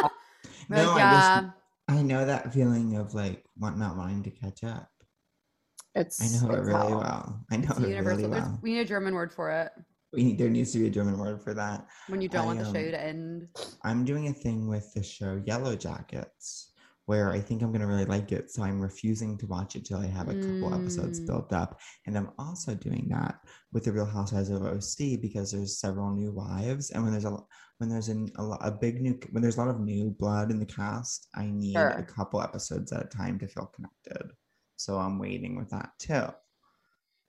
C: No,
B: Like,
C: I
B: yeah.
C: just I know that feeling of like want, not wanting to catch up.
F: it's
C: I know it
F: it's
C: really
F: hell.
C: well. I know
B: It's
C: it really
B: universal. There's-
C: well.
B: We need a German word for it
C: We need, there needs to be a German word for that.
B: when you don't
C: I,
B: want the show
C: um,
B: to end.
C: I'm doing a thing with the show Yellow Jackets where I think I'm going to really like it. So I'm refusing to watch it till I have a couple episodes
B: Mm.
C: built up. And I'm also doing that with The Real Housewives of OC because there's several new wives. And when there's a when there's an, a, lo- a big new when there's a lot of new blood in the cast, I need a
F: Sure.
C: couple episodes at a time to feel connected. So I'm waiting with that too.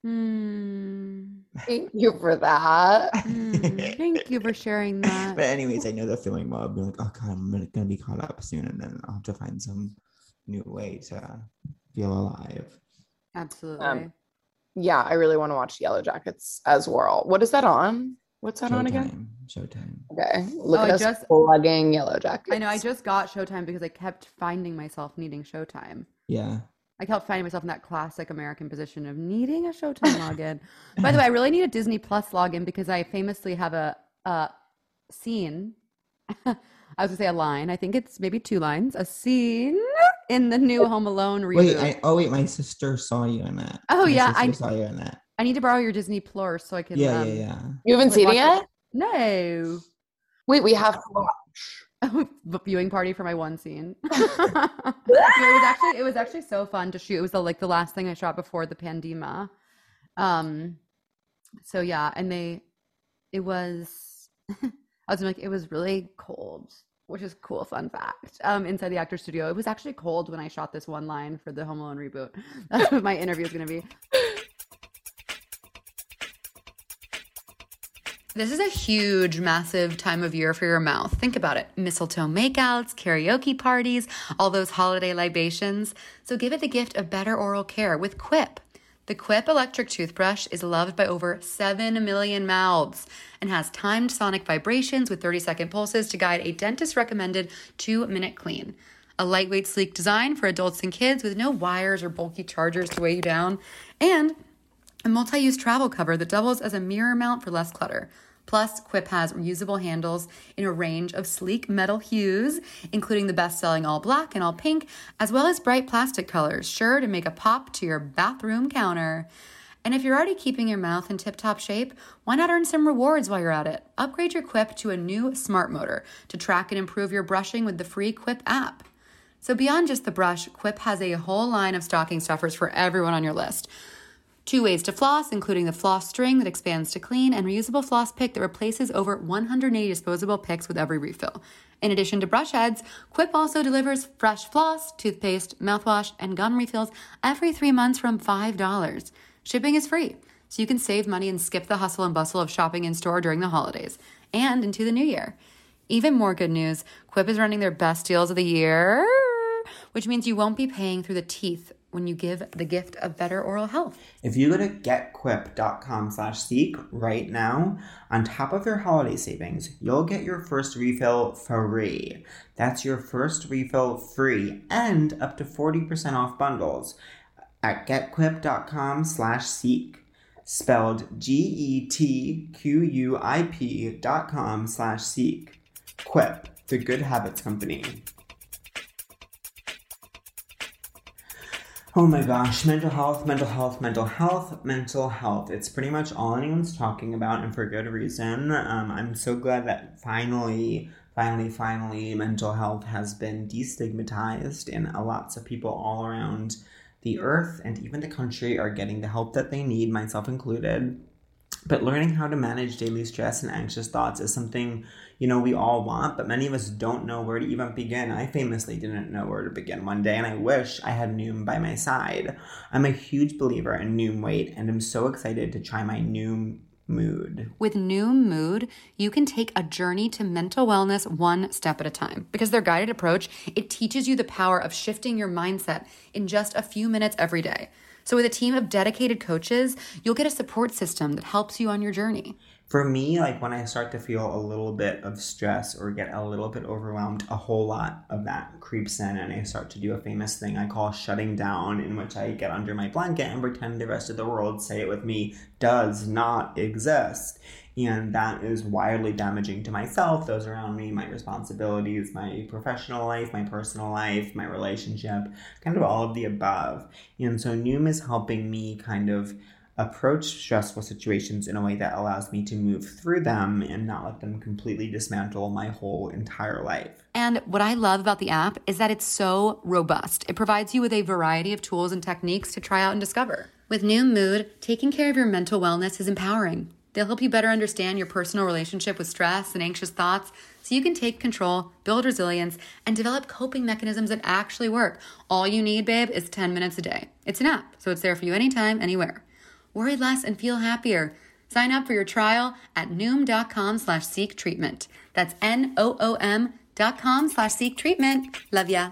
B: Hmm.
F: Thank you for that.
B: Mm, thank you for sharing that.
C: but anyways, I know the feeling well. I'll be like, oh god, I'm gonna, gonna be caught up soon, and then I'll have to find some new way to feel alive.
B: Absolutely.
F: Yeah, I really want to watch Yellow Jackets as well. What is that on? What's that on again?
C: Showtime, Showtime.
F: Okay, look
B: Oh,
F: at
B: I
F: us
B: just-
F: plugging Yellow Jackets.
B: I know I just got Showtime because I kept finding myself needing Showtime.
C: Yeah.
B: I kept finding myself in that classic American position of needing a Showtime login. By the way, I really need a Disney Plus login because I famously have a, a scene. I was gonna say a line. I think it's maybe two lines. A scene in the new Home Alone reboot.
C: Wait. I, oh wait, my sister saw you in that.
B: Oh,
C: My
B: yeah,
C: sister
B: I-
C: saw you in that.
B: I need to borrow your Disney Plus so I can.
C: Yeah,
B: um,
C: yeah, yeah.
F: you haven't
B: like
F: seen
B: watch
F: it yet.
B: it. No.
F: Wait, we have to watch.
B: viewing party for my one scene. No, it was actually it was actually so fun to shoot. It was the, like the last thing I shot before the pandemia. Um, so yeah, and they, it was, I was like, it was really cold, which is cool fun fact. Um, inside the actor studio, it was actually cold when I shot this one line for the Home Alone reboot. That's what my interview is gonna be. This is a huge, massive time of year for your mouth. Think about it mistletoe makeouts, karaoke parties, all those holiday libations. So give it the gift of better oral care with Quip. The Quip electric toothbrush is loved by over 7 million mouths and has timed sonic vibrations with 30 second pulses to guide a dentist recommended two minute clean. A lightweight, sleek design for adults and kids with no wires or bulky chargers to weigh you down. And a multi use travel cover that doubles as a mirror mount for less clutter. Plus, Quip has reusable handles in a range of sleek metal hues, including the best selling all black and all pink, as well as bright plastic colors, sure to make a pop to your bathroom counter. And if you're already keeping your mouth in tip top shape, why not earn some rewards while you're at it? Upgrade your Quip to a new smart motor to track and improve your brushing with the free Quip app. So, beyond just the brush, Quip has a whole line of stocking stuffers for everyone on your list. Two ways to floss, including the floss string that expands to clean and reusable floss pick that replaces over 180 disposable picks with every refill. In addition to brush heads, Quip also delivers fresh floss, toothpaste, mouthwash, and gum refills every three months from $5. Shipping is free, so you can save money and skip the hustle and bustle of shopping in store during the holidays and into the new year. Even more good news Quip is running their best deals of the year, which means you won't be paying through the teeth when you give the gift of better oral health.
D: If you go to getquip.com slash seek right now, on top of your holiday savings, you'll get your first refill free. That's your first refill free and up to 40% off bundles at getquip.com slash seek. Spelled G E T Q U I P dot com slash seek. Quip, the good habits company. Oh my gosh, mental health, mental health, mental health, mental health. It's pretty much all anyone's talking about, and for good reason. Um, I'm so glad that finally, finally, finally, mental health has been destigmatized, and uh, lots of people all around the earth and even the country are getting the help that they need, myself included. But learning how to manage daily stress and anxious thoughts is something, you know, we all want, but many of us don't know where to even begin. I famously didn't know where to begin one day, and I wish I had Noom by my side. I'm a huge believer in Noom Weight, and I'm so excited to try my Noom mood.
B: With New Mood, you can take a journey to mental wellness one step at a time. Because their guided approach, it teaches you the power of shifting your mindset in just a few minutes every day. So with a team of dedicated coaches, you'll get a support system that helps you on your journey.
D: for me, like when I start to feel a little bit of stress or get a little bit overwhelmed, a whole lot of that creeps in, and I start to do a famous thing I call shutting down, in which I get under my blanket and pretend the rest of the world, say it with me, does not exist. And that is wildly damaging to myself, those around me, my responsibilities, my professional life, my personal life, my relationship, kind of all of the above. And so Noom is helping me kind of approach stressful situations in a way that allows me to move through them and not let them completely dismantle my whole entire life.
B: And what I love about the app is that it's so robust. It provides you with a variety of tools and techniques to try out and discover. With New Mood, taking care of your mental wellness is empowering. They'll help you better understand your personal relationship with stress and anxious thoughts so you can take control, build resilience, and develop coping mechanisms that actually work. All you need, babe, is 10 minutes a day. It's an app, so it's there for you anytime, anywhere. Worry less and feel happier. Sign up for your trial at noom.com slash seek treatment. That's N O O M dot com slash seek treatment. Love ya.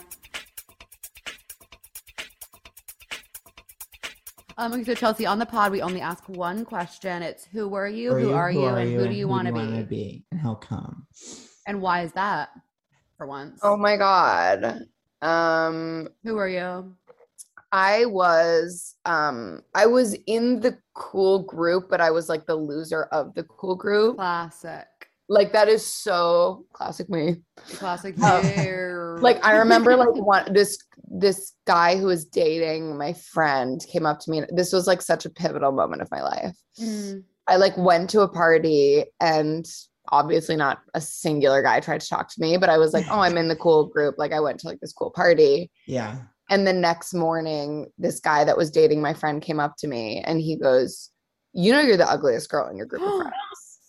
E: Um, okay, so Chelsea, on the pod, we only ask one question. It's who were you, who are you, and who do you want to
C: wanna
E: be?
C: be? And how come?
E: And why is that? For once,
F: Oh my god. Um
E: who are you?
F: I was um I was in the cool group, but I was like the loser of the cool group.
E: Classic,
F: Like that is so classic me.
E: classic.
F: Um,
E: you.
F: Like I remember like one this this guy who was dating my friend came up to me and this was like such a pivotal moment of my life.
E: Mm.
F: I like went to a party and obviously not a singular guy tried to talk to me, but I was like, oh, I'm in the cool group. Like I went to like this cool party.
C: Yeah.
F: And the next morning, this guy that was dating my friend came up to me and he goes, You know, you're the ugliest girl in your group of friends.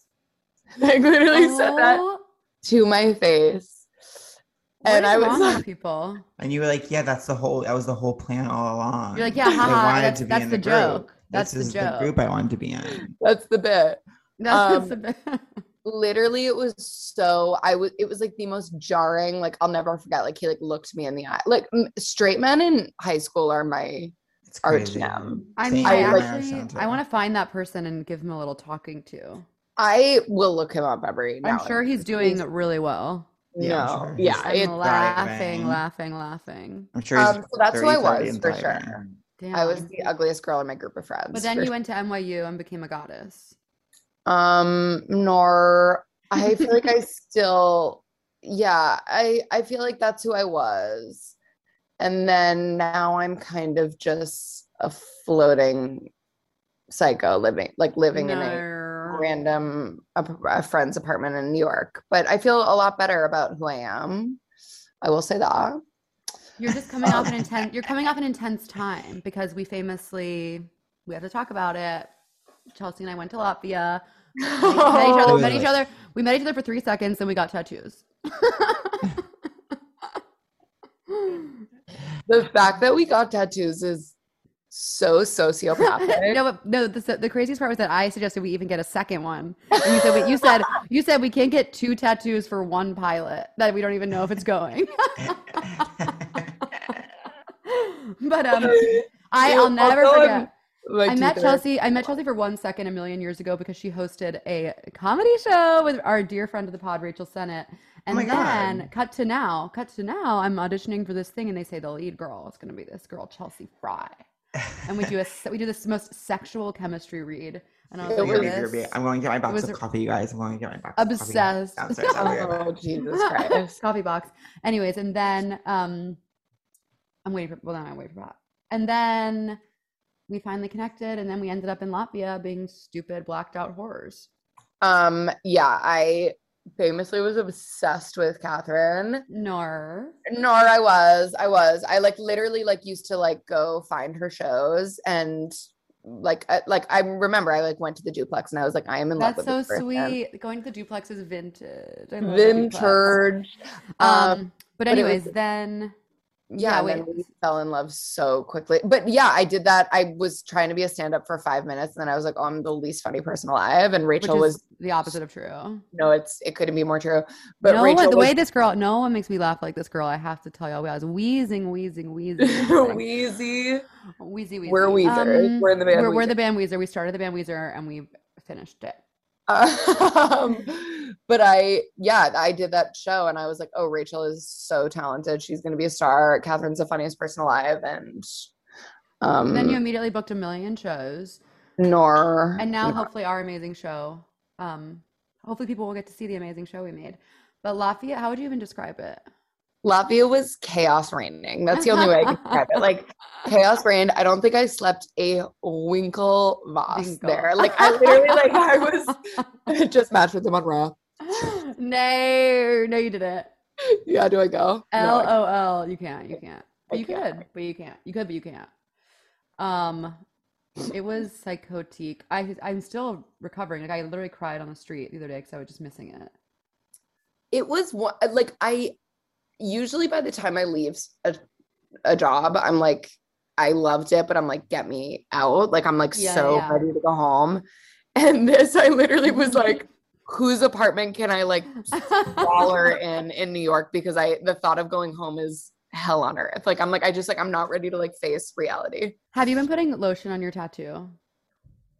F: Like literally said that
B: Oh,
F: to my face.
B: what
F: and
B: is
F: I was
B: wrong
F: like,
B: with people.
C: And you were like, yeah, that's the whole. That was the whole plan all along.
B: You're like, yeah,
C: I
B: haha,
C: wanted
B: that's,
C: to be
B: that's
C: in
B: the,
C: the group.
B: joke. That's
C: this
B: the
C: is
B: joke.
C: the group I wanted to be in.
F: That's the bit.
B: That's
F: Um,
B: the bit.
F: literally it was so i was it was like the most jarring like i'll never forget like he like looked me in the eye like m- straight men in high school are my
C: It's
F: Our
C: crazy.
F: jam.
B: I
C: Saying
B: mean,
F: I
B: I
C: you're
F: like-
C: my
B: actually,
C: center.
B: I want to find that person and give him a little talking to.
F: i will look him up every now
B: I'm sure he's doing really well.
F: no
C: Yeah, I'm
F: yeah,
C: sure he's-
B: I'm
F: it,
B: laughing,
C: thriving.
B: laughing, laughing.
C: I'm sure. he's
F: um, so that's who I
C: 30, 30,
F: was,
C: and
F: for
C: thriving.
F: sure.
B: Damn.
F: i was the ugliest girl in my group of friends
B: But then
F: for
B: you went to NYU and became a goddess.
F: um nor i feel like i still yeah i i feel like that's who i was and then now i'm kind of just a floating psycho living like living in a
B: No.
F: random a, a friend's apartment in new york but i feel a lot better about who i am i will say that
B: You're just coming off an intense. You're coming off an intense time because we famously we have to talk about it. Chelsea and I went to Latvia. We met each other.
C: Oh.
B: We met each other. We met each other for three seconds, then we got tattoos.
F: the fact that we got tattoos is so sociopathic
B: No, but no. The, the craziest part was that I suggested we even get a second one, and you said but you said you said we can't get two tattoos for one pilot that we don't even know if it's going. but um, I,
F: Yeah,
B: I'll never
F: although I'm
B: forget.
F: Like,
B: I
F: do
B: met
F: their-
B: Chelsea. I met Chelsea for one second a million years ago because she hosted a comedy show with our dear friend of the pod, Rachel Sennett. And
C: my God.
B: then cut to now, cut to now, I'm auditioning for this thing, and they say the lead girl is going to be this girl, Chelsea Fry. And we do a se- we do this most sexual chemistry read, and I was
F: It
B: like,
F: was-
B: this-
C: I'm going to get my box
B: was
C: of coffee, you guys. I'm going to get my box
B: Obsessed.
C: of coffee. Downstairs, downstairs.
F: Oh Jesus Christ!
B: coffee box. Anyways, and then um, I'm waiting for well, then I'm waiting for Pop, and then we finally connected, and then we ended up in Latvia being stupid blacked out horrors.
F: Um, yeah, I famously was obsessed with Catherine.
B: Nor
F: Nor I was, I was. I like literally like used to like go find her shows and like I, like I remember I like went to the duplex and I was like I am in
B: that's
F: love.
B: so
F: with this person.
B: sweet. Going to the duplex is vintage. I love the duplex.
F: Vintage.
B: Um,
F: Um,
B: but
F: but it was-
B: anyways, then
F: yeah,
B: yeah,
F: and then
B: wait.
F: we fell in love so quickly. But yeah, I did that. I was trying to be a stand up for five minutes, and then I was like, oh, I'm the least funny person alive. And
B: which
F: Rachel
B: is
F: was
B: the opposite of true.
F: no, it's it couldn't be more true. But
B: no
F: Rachel
B: one, the
F: was
B: way this girl, no one makes me laugh like this girl. I have to tell y'all, I was wheezing, wheezing, wheezing, wheezing.
F: Wheezy.
B: Wheezy Weezer.
F: We're Weezer. we're in the band.
B: Um, we're, we're
F: Weezer.
B: the band Weezer. We started the band Weezer and we finished it.
F: Um, but I, yeah, I did that show and I was like, oh, Rachel is so talented. She's going to be a star. Catherine's the funniest person alive. And um,
B: And then you immediately booked a million shows,
F: nor.
B: and now hopefully our amazing show. Um, hopefully people will get to see the amazing show we made. But Lafayette, how would you even describe it?
F: Latvia was chaos raining. That's the only way I can describe it. Like, chaos reigned. I don't think I slept a winkle voss
B: Winkle.
F: there. Like, I literally, like, I was just matched with him on Raw.
B: no, no, you didn't.
F: Yeah, do I go? No,
B: L
F: I-
B: O L. You can't. You can't.
F: I
B: But you
F: can't.
B: could. But you can't. You could. But you can't. Um, it was psychotic. I I'm still recovering. Like I literally cried on the street the other day because I was just missing it.
F: it was one like I usually by the time I leave a, a job, I'm like, I loved it, but I'm like, get me out. Like I'm like
B: Yeah,
F: so
B: yeah.
F: ready to go home. And this I literally was like, whose apartment can I like squalor in in New York? Because I the thought of going home is hell on earth. Like I'm like, I just like I'm not ready to like face reality.
B: Have you been putting lotion on your tattoo?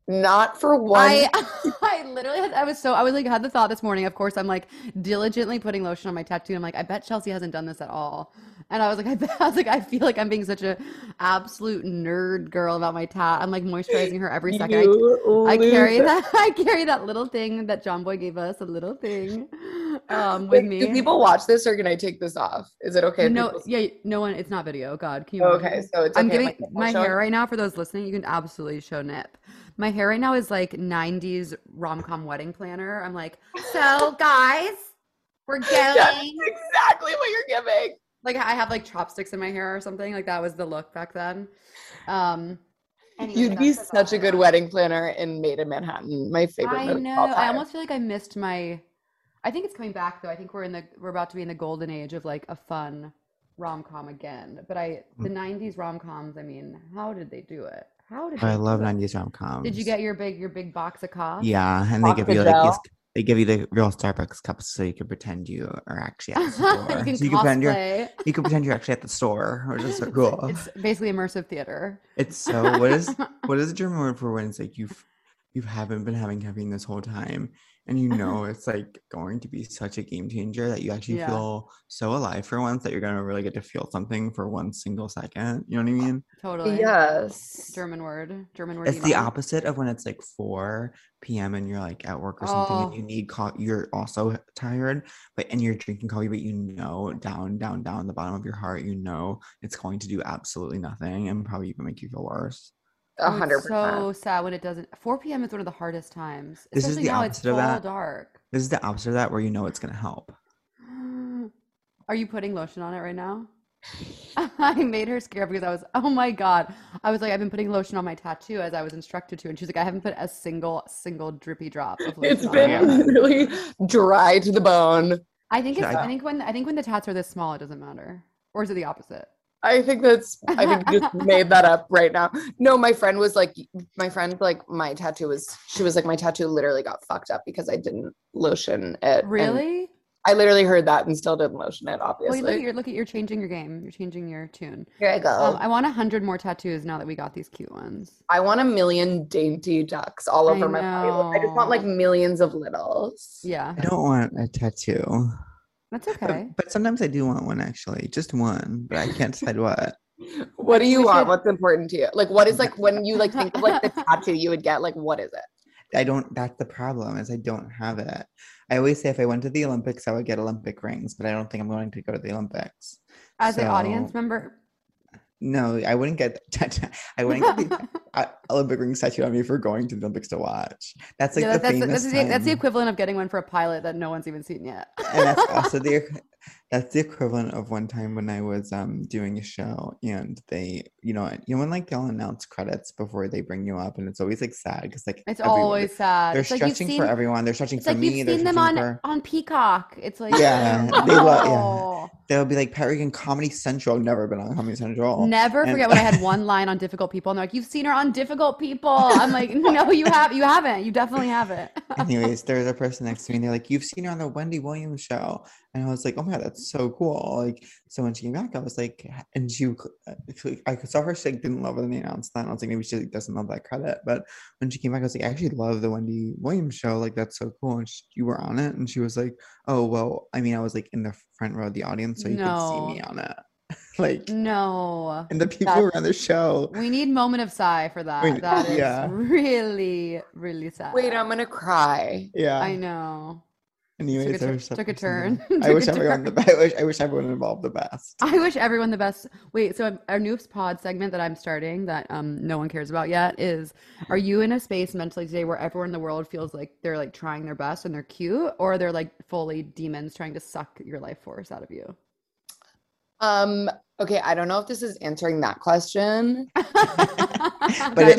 F: Not for one
B: I I literally had, I was so I was like had the thought this morning. Of course, I'm like diligently putting lotion on my tattoo. I'm like, I bet Chelsea hasn't done this at all. And I was like, I, bet, I was like, I feel like I'm being such a absolute nerd girl about my tat. I'm like moisturizing her every second. I-
F: you
B: I carry
F: loser.
B: that I carry that little thing that John Boy gave us, a little thing um, with
F: Wait,
B: me.
F: Do people watch this or can I take this off? Is it okay? if
B: no,
F: people-
B: yeah, no one. It's not video. God, can you? imagine?
F: Okay, so it's
B: I'm
F: okay if I
B: giving
F: keep
B: my
F: showing-
B: hair right now for those listening. You can absolutely show nip. My hair right now is like '90s rom-com wedding planner. I'm like, so guys, we're going.
F: Exactly what you're giving.
B: Like I have like chopsticks in my hair or something. Like that was the look back then. Um, anyway,
F: You'd be
B: that's all
F: such a
B: I
F: good
B: got.
F: wedding planner in Made in Manhattan. My favorite.
B: I
F: movie of
B: know.
F: all
B: I
F: time.
B: almost feel like I missed my. I think it's coming back though. I think we're in the we're about to be in the golden age of like a fun rom com again. But I the
C: Mm.
B: '90s rom coms. I mean, how did they do it? How did
C: I
B: they
C: love
B: do it?
C: 90s rom coms.
B: Did you get your big your big box of coffee?
C: Yeah, and they
F: Box
C: give
F: of
C: you like these.
F: gel?
C: They give you the real Starbucks cups so you can pretend you are actually at
B: you
C: the store.
B: can
C: so you can pretend you're
B: cosplay.
C: you can pretend you're actually at the store, which is so
B: It's-
C: cool.
B: It's basically immersive theater.
C: It's so what is what is the German word for when it's like you've you haven't been having caffeine this whole time and you know it's like going to be such a game changer that you actually
B: Yeah.
C: feel so alive for once that you're gonna really get to feel something for one single second. You know what I mean?
B: Totally.
F: Yes.
B: German word. German word.
C: It's the
B: emo.
C: opposite of when it's like 4 p.m. and you're like at work or something and
B: Oh.
C: you need co- you're also tired, but and you're drinking coffee, but you know down, down, down the bottom of your heart, you know it's going to do absolutely nothing and probably even make you feel worse.
F: A
B: Oh, it's
F: hundred percent.
B: So sad when it doesn't. 4 p.m. is one of the hardest times.
C: This is
B: Especially
C: the
B: now it's
C: opposite of
B: full
C: that.
B: dark.
C: This is the opposite of that where you know it's gonna help.
B: Are you putting lotion on it right now? I made her scared because I was, oh my God. I was like, I've been putting lotion on my tattoo as I was instructed to. And she's like, I haven't put a single, single drippy drop of lotion
F: It's
B: on my
F: been
B: arm."
F: literally dry to the bone.
B: I think
C: Should
B: it's,
C: I-
B: I think when, I think when the tats are this small, it doesn't matter. Or is it the opposite?
F: I think that's I think you just made that up right now. No, my friend was like my friend like my tattoo was she was like my tattoo literally got fucked up because I didn't lotion it. and
B: Really?
F: I literally heard that and still didn't lotion it,
B: Well, you look at
F: obviously.
B: your, look at you're changing your game. You're changing your tune.
F: Here I go.
B: Um, I want a hundred more tattoos now that we got these cute ones.
F: I want a million dainty ducks all
B: I
F: over my body. I just want like
B: know.
F: millions of littles.
B: Yeah,
C: I don't want a tattoo.
B: that's
C: But,
B: okay.
C: but sometimes I do want one actually. Just one, but I can't decide what.
F: What do you
B: We
F: want?
B: should-
F: What's important to you? Like what is like when you like think of like the tattoo you would get, like what is it?
C: I don't that's the problem is I don't have it. I always say if I went to the Olympics, I would get Olympic rings, but I don't think I'm going to go to the Olympics.
B: As an audience
C: So,
B: member,
C: No, I wouldn't get that. I wouldn't get the uh, Olympic ring tattooed on me for going to the Olympics to watch. That's like
B: yeah,
C: the
B: that- that's, the-
C: famous
B: that's, the, that's the
C: time.
B: equivalent of getting one for a pilot that no one's even seen yet.
C: and that's also the equ- that's the equivalent of one time when I was um doing a show and they you know you know when like they'll announce credits before they bring you up and it's always like sad because like
B: It's
C: everyone-
B: always sad.
C: they're
B: it's like you've
C: stretching
B: seen,
C: for everyone they're stretching
B: It's
C: for
B: like
C: me
B: you've
C: they're
B: seen them on
C: stretching for
B: on Peacock. It's like
C: Yeah, they love- yeah.
B: oh.
C: they'll be like Pat Regan Comedy Central I've never been on Comedy Central
B: Never
C: And-
B: forget when I had one line on difficult people, and they're like, "You've seen her on difficult people." I'm like, "No, you have, you haven't. You definitely haven't."
C: Anyways, there's a person next to me and they're like, You've seen her on the Wendy Williams show. And I was like, Oh my God, that's so cool. Like, so when she came back, I was like, "H- And she, w- uh, she- I saw her, she like, didn't love it when they announced that. And I was like, Maybe she like, doesn't love that credit. But when she came back, I was like, I actually love the Wendy Williams show. Like, that's so cool. And she, you were on it. And she was like, Oh, well, I mean, I was like in the front row of the audience, so you
B: No.
C: could see me on it. like,
B: no,
C: and the people who were on the show.
B: we need moment of sigh for that.
C: Wait,
B: that is
C: yeah.
B: really, really sad.
F: Wait, um, I'm gonna cry.
C: Yeah.
B: I know.
C: Anyways,
B: tur-
C: I wish that
B: took a
C: person-
B: turn.
C: I
B: Took
C: wish
B: a
C: everyone the I wish I wish everyone involved the best.
B: I wish everyone the best. Wait, so our noobs pod segment that I'm starting that um no one cares about yet is are you in a space mentally today where everyone in the world feels like they're like trying their best and they're cute or they're like fully demons trying to suck your life force out of you?
F: Um, okay, I don't know if this is answering that question.
C: but it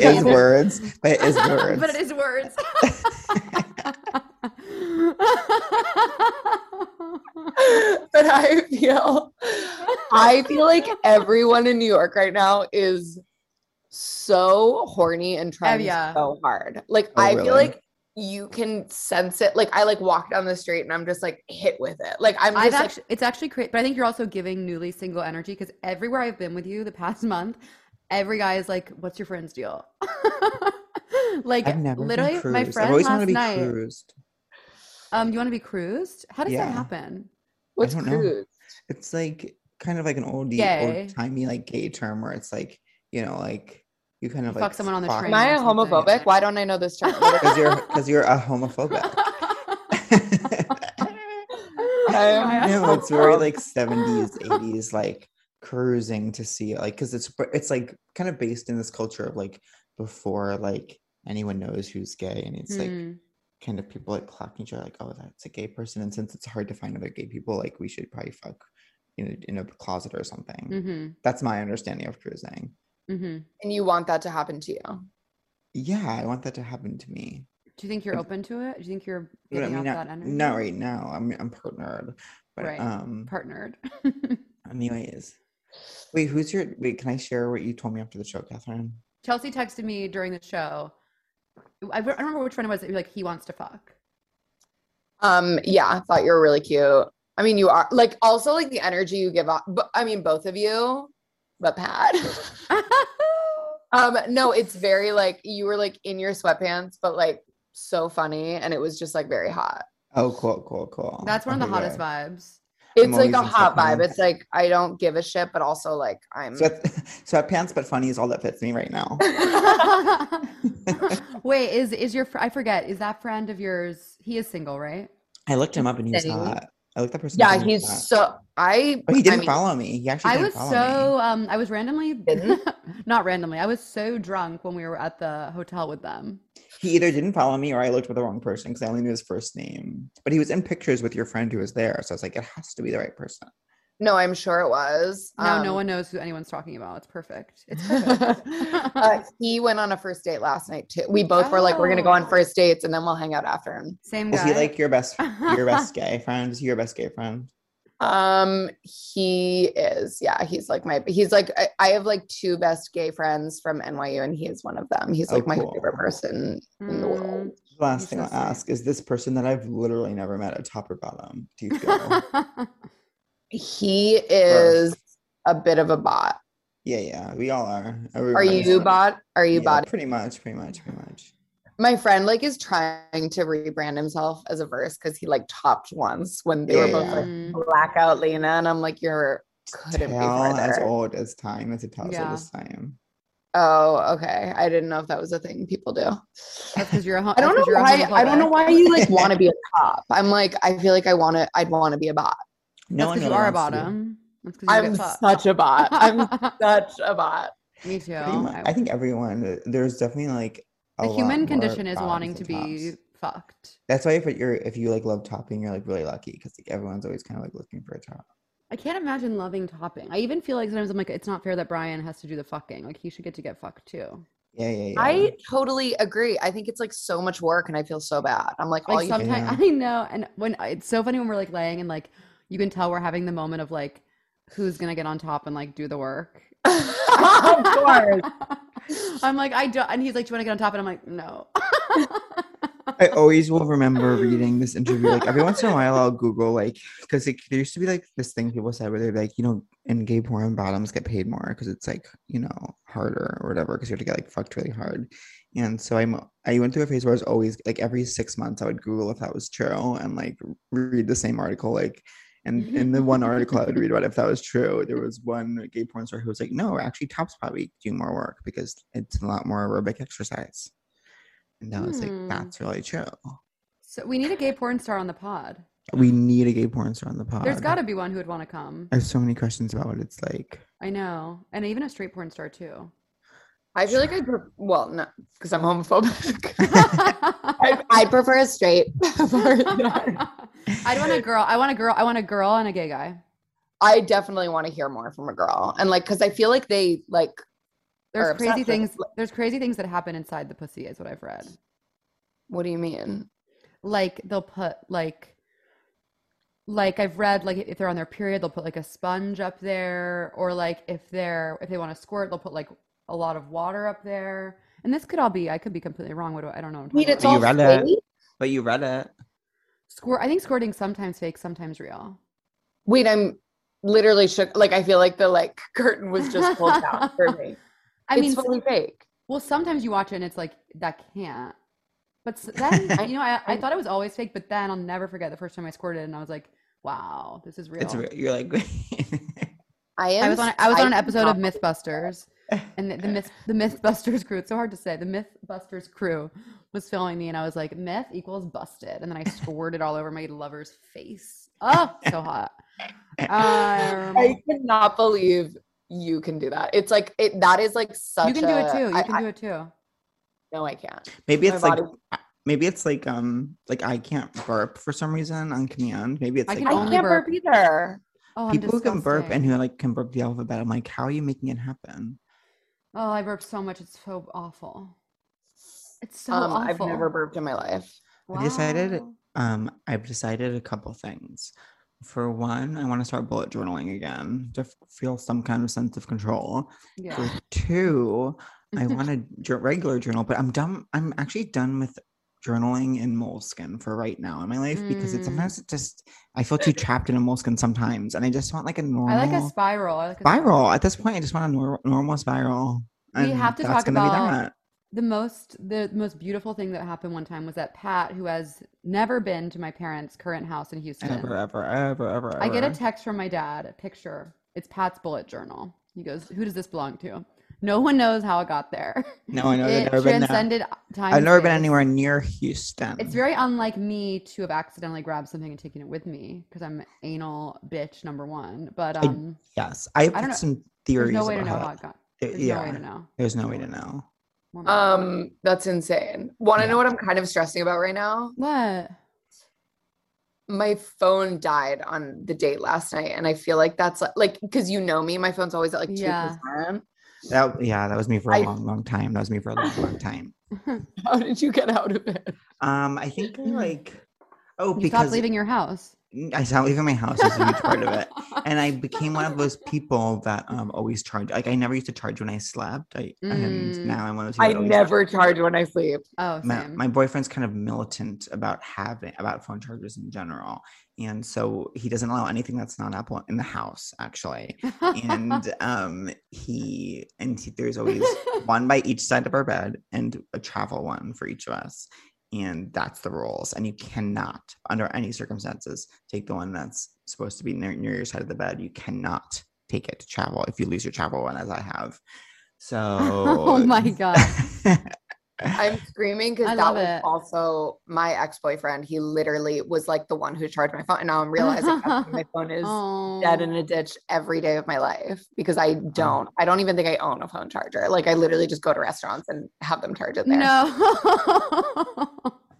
B: Guys,
C: is
B: I'm-
C: words. But it is words.
B: but it is words.
F: but I feel I feel like everyone in New York right now is so horny and trying
B: Oh, yeah.
F: so hard. Like
C: Oh,
F: I
C: really?
F: feel like you can sense it. Like I like walk down the street and I'm just like hit with it. Like I'm just
B: I've
F: like
B: actually, it's actually great, but I think you're also giving newly single energy because everywhere I've been with you the past month, every guy is like, "What's your friend's deal?" like
C: I've never been
B: literally, my
C: cruised. I've
B: friend
C: always wanted
B: last
C: to be
B: night.
C: cruised.
B: Um, you want to be cruised? How does
C: Yeah.
B: that happen?
F: what's
C: don't know.
F: cruise?
C: It's like kind of like an oldie,
B: Gay.
C: old timey like gay term where it's like you know like you kind
B: You
C: of
B: fuck
C: like
B: someone on the
F: Am
B: train.
F: I
B: or
F: a
B: something.
F: homophobic? Why don't I know this term? What is-
C: because you're because you're a homophobic.
B: Smile.
C: No, it's very like 70s, 80s, like cruising to see like because it's it's like kind of based in this culture of like before like anyone knows who's gay and it's like
B: Hmm.
C: kind of people like clocking each other like oh that's a gay person and since it's hard to find other gay people like we should probably fuck in a, in a closet or something
B: Mm-hmm.
C: that's my understanding of cruising
B: Mm-hmm.
F: and you want that to happen to you.
C: yeah i want that to happen to me
B: Do you think you're open to it? Do you think you're
C: but i
B: getting
C: mean
B: off
C: not,
B: that energy?
C: not right now i'm i'm partnered but
B: Right.
C: um
B: Partnered.
C: anyways wait who's your wait can i share what you told me after the show catherine
B: Chelsea texted me during the show. I, I don't remember which one it was. It was like he wants to fuck.
F: Um, yeah, I thought you were really cute. I mean, you are like also like the energy you give off. But I mean, both of you, but Pat. um, no, it's very like you were like in your sweatpants, but like so funny, and it was just like very hot.
C: oh cool cool cool
B: That's one of the
C: Okay,
B: hottest
C: yeah.
B: vibes.
F: It's
C: I'm
F: like a
C: always in
F: hot vibe.
C: sweatpants.
F: It's like I don't give a shit, but also like I'm.
C: Sweat, sweatpants but funny is all that fits me right now
B: Wait, is is your fr- I forget? Is that friend of yours? He is single, right?
C: i looked him up and he was
F: Steady.
C: hot i looked that person up
F: yeah,
C: and he was
F: he's
C: hot.
F: so I.
C: Oh, he
F: I
C: didn't
F: mean,
C: follow me. He actually
B: I was
C: didn't follow
B: so um I was randomly
F: Didn't?
B: not randomly. I was so drunk when we were at the hotel with them.
C: me. He either didn't follow me or I looked for the wrong person because I only knew his first name. But he was in pictures with your friend who was there. So I was like, it has to be the right person.
F: No, I'm sure it was.
B: Now
F: Um,
B: no one knows who anyone's talking about. It's perfect. It's perfect.
F: uh, he went on a first date last night too. We both were like, we're gonna go on
B: Oh.
F: first dates and then we'll hang out after. And,
B: Same
C: Is
B: guy.
C: he like your best your best gay friend? Is he your best gay friend?
F: Um, he is. Yeah, he's like my. He's like I, I have like two best gay friends from NYU, and he is one of them. He's
C: Oh,
F: like my
C: cool.
F: favorite person in the world.
C: The last
B: He's
C: thing
B: so
C: I'll
B: sweet.
C: ask is this person that I've literally never met a top or
B: Mm.
C: bottom. Do you feel?
F: He is a bit of a bot.
C: yeah, yeah. We all are.
F: Are you bot? Are you bot?
C: Pretty much, pretty much, pretty much.
F: My friend like is trying to rebrand himself as a verse because he like topped once when they were
C: Yeah,
F: both
C: yeah.
F: like
B: "Oh,
F: blackout Lena, and I'm like, you're couldn't be
C: Tell as
F: farther.
C: old as time as it tells
B: Yeah.
C: old as time.
F: Oh, okay. I didn't know if that was a thing people do.
B: That's because you're a hom-
F: I don't
B: that's 'cause
F: know
B: you're a
F: why. I don't know
B: homophobic.
F: why you like want to be a cop. I'm like, I feel like I want to. I'd want to be a bot.
C: No
B: That's because
C: one
B: you are a
C: really wants to be-
B: bottom. That's because you
F: I'm
B: get fucked.
F: such a bot. I'm such a bot.
B: Me too.
C: Pretty much. I
B: I,
C: think everyone there's definitely like a
B: the
C: lot
B: human
C: more
B: condition is wanting to
C: bottoms than
B: be
C: tops.
B: fucked.
C: That's why if you're if you like love topping, you're like really lucky because like everyone's always kind of like looking for a top.
B: I can't imagine loving topping. I even feel like sometimes I'm like, it's not fair that Brian has to do the fucking. Like he should get to get fucked too.
C: Yeah, yeah, yeah.
F: I totally agree. I think it's like so much work, and I feel so bad. I'm like, all
B: Like
F: you.
C: some-
B: sometimes
C: Yeah.
B: I know, and when it's so funny when we're like laying and like you can tell we're having the moment of like who's gonna get on top and like do the work.
F: of course.
B: I'm like I don't, and he's like, do you want to get on top? And I'm like, no.
C: I always will remember reading this interview. Like every once in a while, I'll Google like because like, there used to be like this thing people said where they're like, you know, in gay porn, bottoms get paid more because it's like you know harder or whatever because you have to get like fucked really hard. And so I'm I went through a phase where I was always like every six months I would Google if that was true and like read the same article like. And in the one article I would read about if that was true, there was one gay porn star who was like, "No, actually, tops probably do more work because it's a lot more aerobic exercise." And I was
B: Hmm.
C: like, "That's really true."
B: so we need a gay porn star on the pod.
C: We need a gay porn star on the pod.
B: There's got to be one who would want to come.
C: I have so many questions about what it's like.
B: I know, and even a straight porn star too.
F: I feel like I. pre- Well, no, because I'm homophobic.
B: I
F: I, I prefer a straight.
B: want a girl. I want a girl. I want a girl and a gay guy.
F: I definitely want to hear more from a girl, and like, because I feel like they like Or
B: There's
F: obsessed
B: crazy
F: with-
B: things. There's crazy things that happen inside the pussy, is what I've read.
F: What do you mean?
B: Like they'll put like, like I've read like if they're on their period, they'll put like a sponge up there, or like if they're if they want to squirt, they'll put like a lot of water up there. And this could all be. I could be completely wrong. What do I, I don't know. what I'm
F: Wait,
B: talking
F: it's
B: about.
C: you
F: all
C: read it.
F: fake?
C: But you read it.
B: Squirt. I think squirting sometimes fake, sometimes real.
F: Wait, I'm literally shook. Like I feel like the like curtain was just pulled down for me.
B: I
F: it's
B: mean,
F: fully fake.
B: Well, sometimes you watch it and it's like that can't. But s- then
F: I-
B: you know, I, I
F: I-
B: thought it was always fake, but then I'll never forget the first time I squirted and I was like, "Wow, this is real."
C: It's re- you're like
F: I am.
B: I was on I was on an
F: I
B: episode of
F: cannot-
B: MythBusters, and the, the Myth the MythBusters crew. It's so hard to say. The MythBusters crew was filming me and I was like, meth equals busted. And then I squirted all over my lover's face. Oh, so hot. Um,
F: I cannot believe you can do that. It's like it that is like such
B: you can do it
F: a-
B: too. You
F: I-
B: can
F: I-
B: do it too.
F: no, I can't.
C: Maybe
F: My
C: it's like
F: body-
C: I- maybe it's like um like I can't burp for some reason on command. Maybe it's
B: I
C: like
B: can
F: I
B: only
F: can't
B: burp.
F: burp either.
B: Oh, I'm
C: people who can burp
B: disgusting.
C: and who like can burp the alphabet. I'm like, how are you making it happen?
B: Oh, I burp so much. It's so awful. It's so
F: um,
B: awful.
F: I've never burped in my life.
C: I decided-
B: Wow.
C: Um, I've decided a couple things. For one, I want to start bullet journaling again to f- feel some kind of sense of control.
B: Yeah.
C: For two, I want a jour- regular journal, but I'm done. I'm actually done with journaling in moleskin for right now in my life because it
B: Mm.
C: sometimes it just I feel too trapped in a moleskin sometimes, and I just want like a normal
B: I like a spiral. I like a
C: spiral. At this point, I just want a nor- normal spiral.
B: We
C: and
B: have to
C: that's
B: talk
C: gonna be
B: about
C: that.
B: the most the most beautiful thing that happened one time was that Pat, who has never been to my parents' current house in Houston,
C: Ever, ever, ever, ever,
B: I get a
C: ever.
B: text from my dad, a picture. It's Pat's bullet journal. He goes, "Who does this belong to?" No one knows how it got there.
C: No, I
B: it
C: know they've never been there.
B: transcended time.
C: I've
B: and
C: never been
B: space.
C: anywhere near Houston.
B: It's very unlike me to have accidentally grabbed something and taken it with me because I'm anal bitch number one. But um,
C: yes. I've
B: I don't
C: got
B: know.
C: some
B: there's
C: theories.
B: no way to
C: about
B: know
C: how
B: how
C: it-
B: it got.
C: it-
B: There's
C: yeah,
B: no way to know.
C: there's no way to know.
B: We're mad.
F: Um, that's insane. Want to
C: Yeah.
F: know what I'm kind of stressing about right now?
B: what?
F: My phone died on the date last night, and I feel like that's like, like because you know me, my phone's always at like two
B: Yeah.
F: percent.
C: That yeah, that was me for a
F: I-
C: long, long time. That was me for a long, long time.
F: How did you get out of it?
C: Um, I think I like oh
B: Mm-hmm. You stopped
C: because
B: leaving your house.
C: I stopped leaving my house is a huge part of it. And I became one of those people that um always charge. Like I never used to charge when I slept. I
B: Mm.
C: and now I'm one of those people
F: I
C: that always
F: never charge when I sleep.
B: Oh, same.
C: my, my boyfriend's kind of militant about having about phone chargers in general and so he doesn't allow anything that's not apple in the house actually and um he and he, there's always one by each side of our bed and a travel one for each of us and that's the rules and you cannot under any circumstances take the one that's supposed to be near, near your side of the bed you cannot take it to travel if you lose your travel one as i have so
B: oh my god.
F: I'm screaming because
B: I
F: that
B: love
F: was
B: it.
F: also my ex boyfriend. He literally was like the one who charged my phone, and now I'm realizing that's why my phone is
B: Oh.
F: dead in a ditch every day of my life because I don't. I don't even think I own a phone charger. Like I literally just go to restaurants and have them charge it there.
B: No.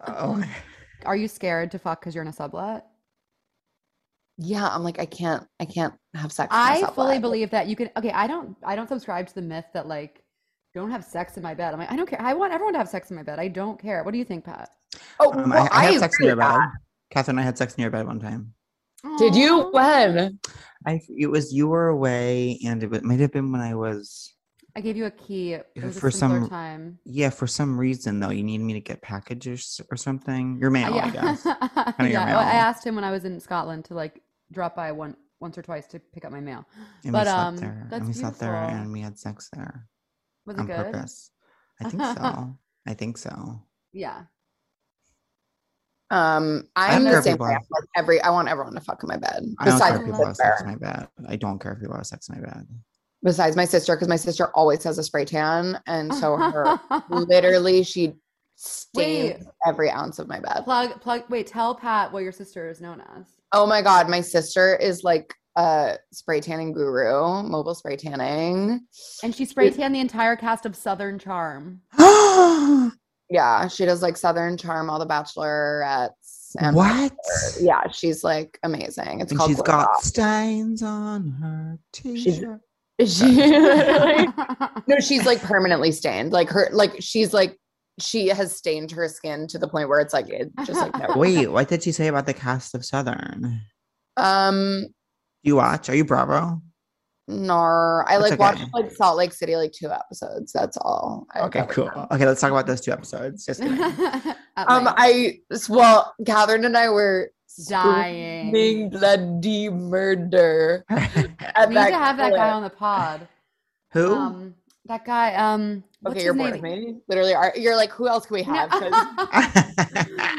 C: oh
B: Are you scared to fuck because you're in a sublet?
F: Yeah, I'm like I can't. I can't have sex. in a
B: I
F: sublet.
B: fully believe that you can. Okay, I don't. I don't subscribe to the myth that like don't have sex in my bed. I'm like, I don't care. I want everyone to have sex in my bed. I don't care. What do you think, Pat?
F: Oh,
C: Um,
F: well,
C: I, I had sex
F: agree
C: in your
F: with that.
C: bed. Catherine, and I had sex in your bed one time.
F: Did you?
B: Aw.
F: When?
C: I it was you were away, and it, wa- might have been when I was
B: I gave you a key. It
C: Yeah,
B: was a
C: for
B: simpler
C: some-
B: time.
C: yeah. For some reason though, you needed me to get packages or something. Your mail, I
B: yeah,
C: guess.
B: yeah.
C: your
B: well, I
C: mail.
B: asked him when I was in Scotland to like drop by one once or twice to pick up my mail.
C: And
B: But,
C: we slept
B: um,
C: there,
B: that's
C: and we slept there,
B: beautiful.
C: and we had sex there
B: Was it
C: on
B: good?
C: purpose. I think so. I think so.
B: Yeah.
F: Um,
C: don't
F: I'm the
C: care if
F: same
C: people
F: way.
C: have-
F: I'm like every. I want everyone to fuck in my bed.
C: I don't care
F: Besides,
C: if
F: my
C: people have sex
F: sister.
C: in my bed. I don't care if people have sex in my bed.
F: besides my sister, because my sister always has a spray tan, and so her literally she stains
B: Wait.
F: every ounce of my bed.
B: plug plug. Wait, tell Pat what your sister is known as.
F: Oh my god, my sister is like a spray tanning guru, mobile spray tanning.
B: And she spray tanned the entire cast of Southern Charm.
F: Yeah, she does like Southern Charm, all the bachelorettes. And
C: what?
F: Yeah, she's like amazing. It's
C: And
F: called
C: she's
F: Glow
C: got
F: Up.
C: stains on her t-shirt.
F: She literally- no, she's like permanently stained. Like her, like she's like she has stained her skin to the point where it's like it just like never.
C: Wait, what did she say about the cast of Southern?
F: Um,
C: You watch? Are you Bravo?
F: nor I
C: That's
F: like watched
C: okay.
F: like Salt Lake City like two episodes. That's all. I
C: Okay,
F: ever
C: cool.
F: done.
C: Okay, let's talk about those two episodes. Just kidding.
B: At
F: Um,
B: length.
F: I well, Catherine and I were
B: Dying.
F: screaming bloody murder.
B: we need to have that guy on the pod.
C: Who?
B: Um, that guy. Um, what's
F: Okay,
B: his
F: you're
B: name?
F: bored of me. Literally, are, you're like, who else can we have? 'Cause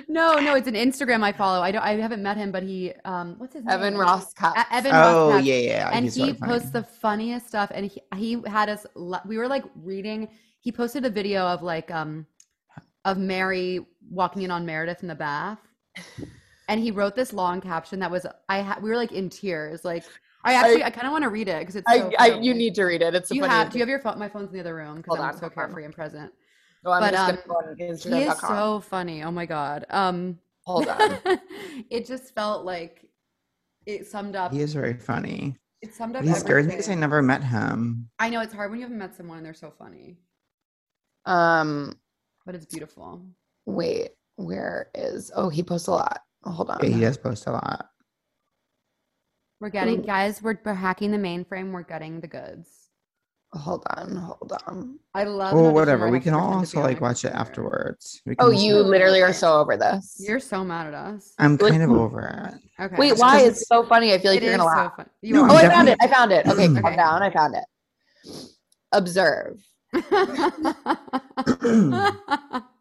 B: no, no, it's an Instagram I follow. I don't. I haven't met him, but he. Um, what's his name?
F: Evan Ross Cup.
B: A- Evan Ross.
C: oh
B: Patch-
C: yeah, yeah.
B: and
C: he's
B: he
C: really funny.
B: posts the funniest stuff and he, he had us la- we were like reading he posted a video of like um of Mary walking in on Meredith in the bath. And he wrote this long caption that was I ha- we were like in tears. Like I actually I, kind of want to read it because it's so
F: I, I
B: funny.
F: you need to read it. It's a
B: Do you
F: funny.
B: have do you have your phone? My phone's in the other room because
F: Hold
B: I'm
F: on,
B: so
F: hold on.
B: careful and present.
F: oh, I'm
B: but,
F: just gonna go on
B: He is
F: Instagram.com.
B: so funny. Oh my god. Um,
F: Hold on.
B: it just felt like it summed up.
C: He is very funny.
B: It summed up.
C: But he scares me because I
B: everything.
C: never met him.
B: I know it's hard when you haven't met someone and they're so funny,
F: Um,
B: but it's beautiful.
F: wait, where is? Oh, he posts a lot. Hold on.
C: Yeah, he does post a lot.
B: We're getting
F: Ooh.
B: guys. We're, we're hacking the mainframe. We're getting the goods.
F: Hold on. Hold on.
B: I love. an
C: Well,
B: audition
C: whatever.
B: where I
C: We
B: have to
C: can
B: pretend to be
C: also
B: on
C: like
B: my
C: watch it
B: computer.
C: afterwards. We
F: Oh,
C: can-
F: you literally are so over this.
B: You're so mad at us.
C: I'm
F: Like-
C: kind of over it.
B: Okay.
F: Wait,
C: It's
F: why?
C: 'cause
F: It's so funny. I feel like
B: It
F: you're
B: is
F: gonna laugh.
B: so fun. You
C: No,
B: are
C: I'm
F: oh, I
B: right.
F: found it. I found it. Okay,
B: Okay.
F: calm down. I found it. Observe. Oh,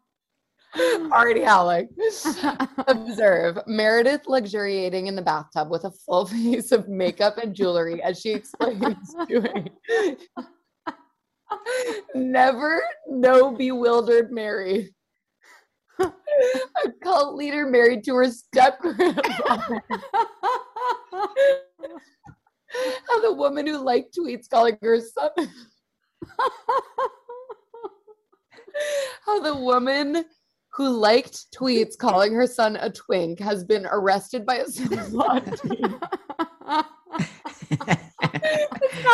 F: Already howling. Observe Meredith luxuriating in the bathtub with a full face of makeup and jewelry as she explains doing. Never no bewildered Mary. A cult leader married to her step grandfather. How the woman who liked tweets calling her son. How the woman who liked tweets calling her son a twink has been arrested by a city law team. It's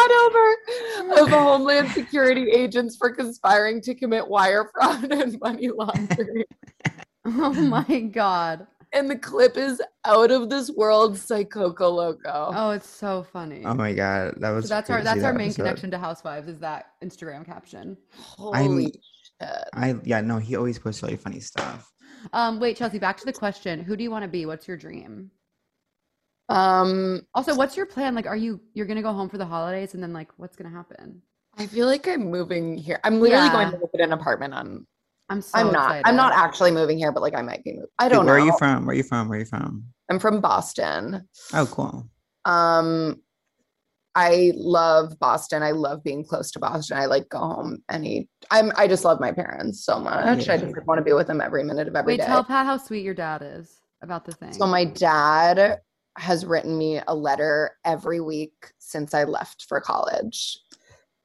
F: not over. Of Homeland Security agents for conspiring to commit wire fraud and money laundering.
B: oh my god.
F: And the clip is out of this world psychoco loco.
B: Oh, it's so funny.
C: Oh my god, that was.
B: so that's our
C: crazy,
B: that's our
C: that
B: main
C: episode.
B: connection to Housewives is that Instagram caption.
F: Holy shit.
C: I yeah no, he always posts really funny stuff.
B: Um, wait, Chelsea, back to the question. Who do you want to be? What's your dream?
F: Um,
B: Also, what's your plan? Like, are you you're gonna go home for the holidays and then like what's gonna happen?
F: I feel like I'm moving here. I'm literally going
B: Yeah.
F: to look at an apartment on.
B: I'm so
F: I'm not.
B: excited.
F: I'm not actually moving here, but like I might be moving. I
C: Wait,
F: don't
C: Where
F: know.
C: are you from? Where are you from? Where are you from?
F: I'm from Boston.
C: Oh, cool.
F: Um, I love Boston. I love being close to Boston. I like go home any. I'm. I just love my parents so much. I just
C: Yeah.
F: want to be with them every minute of every
B: Wait,
F: day.
B: tell Pat how sweet your dad is about the thing.
F: So my dad has written me a letter every week since I left for college.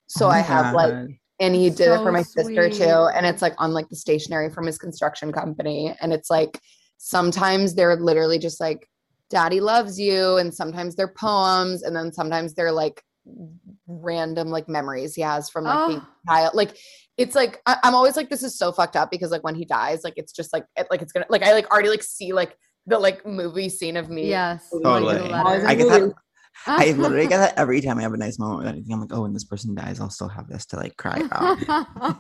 F: So
C: Oh my
F: I have like
C: God.
F: and he did it
B: So
F: for my sister
B: sweet.
F: too and it's like on like the stationery from his construction company and it's like sometimes they're literally just like daddy loves you and sometimes they're poems and then sometimes they're like random like memories he has from like being
B: oh,
F: a child like it's like I- i'm always like this is so fucked up because like when he dies like it's just like it, like it's gonna like i like already like see like the like movie scene of me
B: yes.
F: Totally.
B: like the
C: Totally.
B: letter.
C: I get that. I
B: love
C: literally get that every time I have a nice moment with anything. I'm like, oh, when this person dies, I'll still have this to like cry about.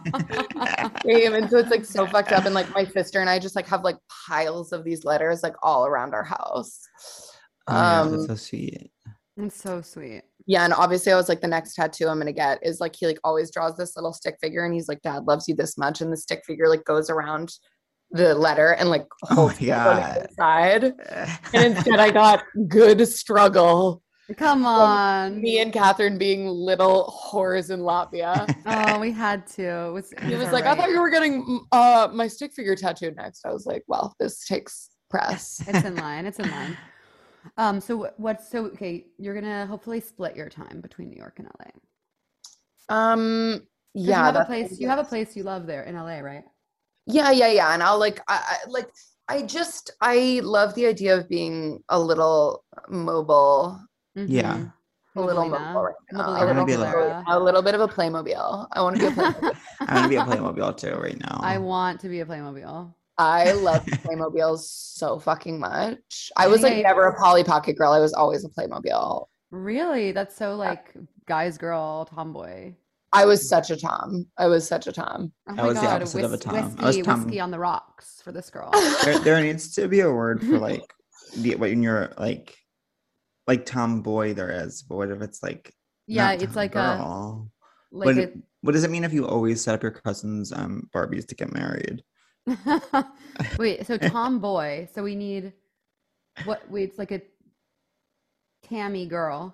F: Same. And so it's like so fucked up. And like my sister and I just like have like piles of these letters like all around our house.
C: Oh my God,
F: Um,
C: that's so sweet.
B: It's so sweet.
F: yeah. And obviously I was like, the next tattoo I'm gonna get is like he like always draws this little stick figure and he's like, Dad loves you this much. And the stick figure like goes around the letter and like
C: Oh my
F: holds it on the
C: God.
F: inside. And instead I got good struggle.
B: Come on.
F: Me and Catherine being little whores in Latvia.
B: Oh, we had to. It was, it
F: He was
B: our
F: like, I
B: right.
F: thought you were getting mm, uh my stick figure tattooed next. I was like, well, this takes press.
B: It's in line. It's in line. Um, so what- what's so okay? You're gonna hopefully split your time between New York and LA. 'Cause
F: Um,
B: you
F: yeah,
B: have a
F: that's
B: place.
F: what
B: You
F: it
B: have a
F: is.
B: place you love there in LA, right?
F: Yeah, yeah, yeah. And I'll like, I, I like, I just, I love the idea of being a little mobile,
C: Yeah.
B: Mhm.
F: a little
B: Mobilina.
F: mobile right now,
B: Mobilina
F: a little,
C: Wanna be a little-
B: Bolera.
F: a little bit of a Playmobil. I want to be a Playmobil.
C: I'm gonna be a Playmobil too right now.
B: I want to be a Playmobil.
F: I love Playmobiles so fucking much. I was
B: think
F: like
B: I-
F: never a Polly Pocket girl. I was always a Playmobil.
B: Really? That's so like guys, girl, tomboy.
F: I was such a Tom. I was such a Tom.
B: Oh
C: was the opposite of a
B: whis-
C: Tom. I
B: Whiskey,
C: was Tom.
B: whiskey on the rocks for this girl.
C: there, there needs to be a word for like the when you're like like tomboy there is, but what if it's like
B: yeah,
C: not
B: it's like a
C: tomgirl?
B: like
C: What-
B: it.
C: What does it mean if you always set up your cousins' um Barbies to get married?
B: Wait, so tomboy. So we need what? Wait, it's like a Tammy girl.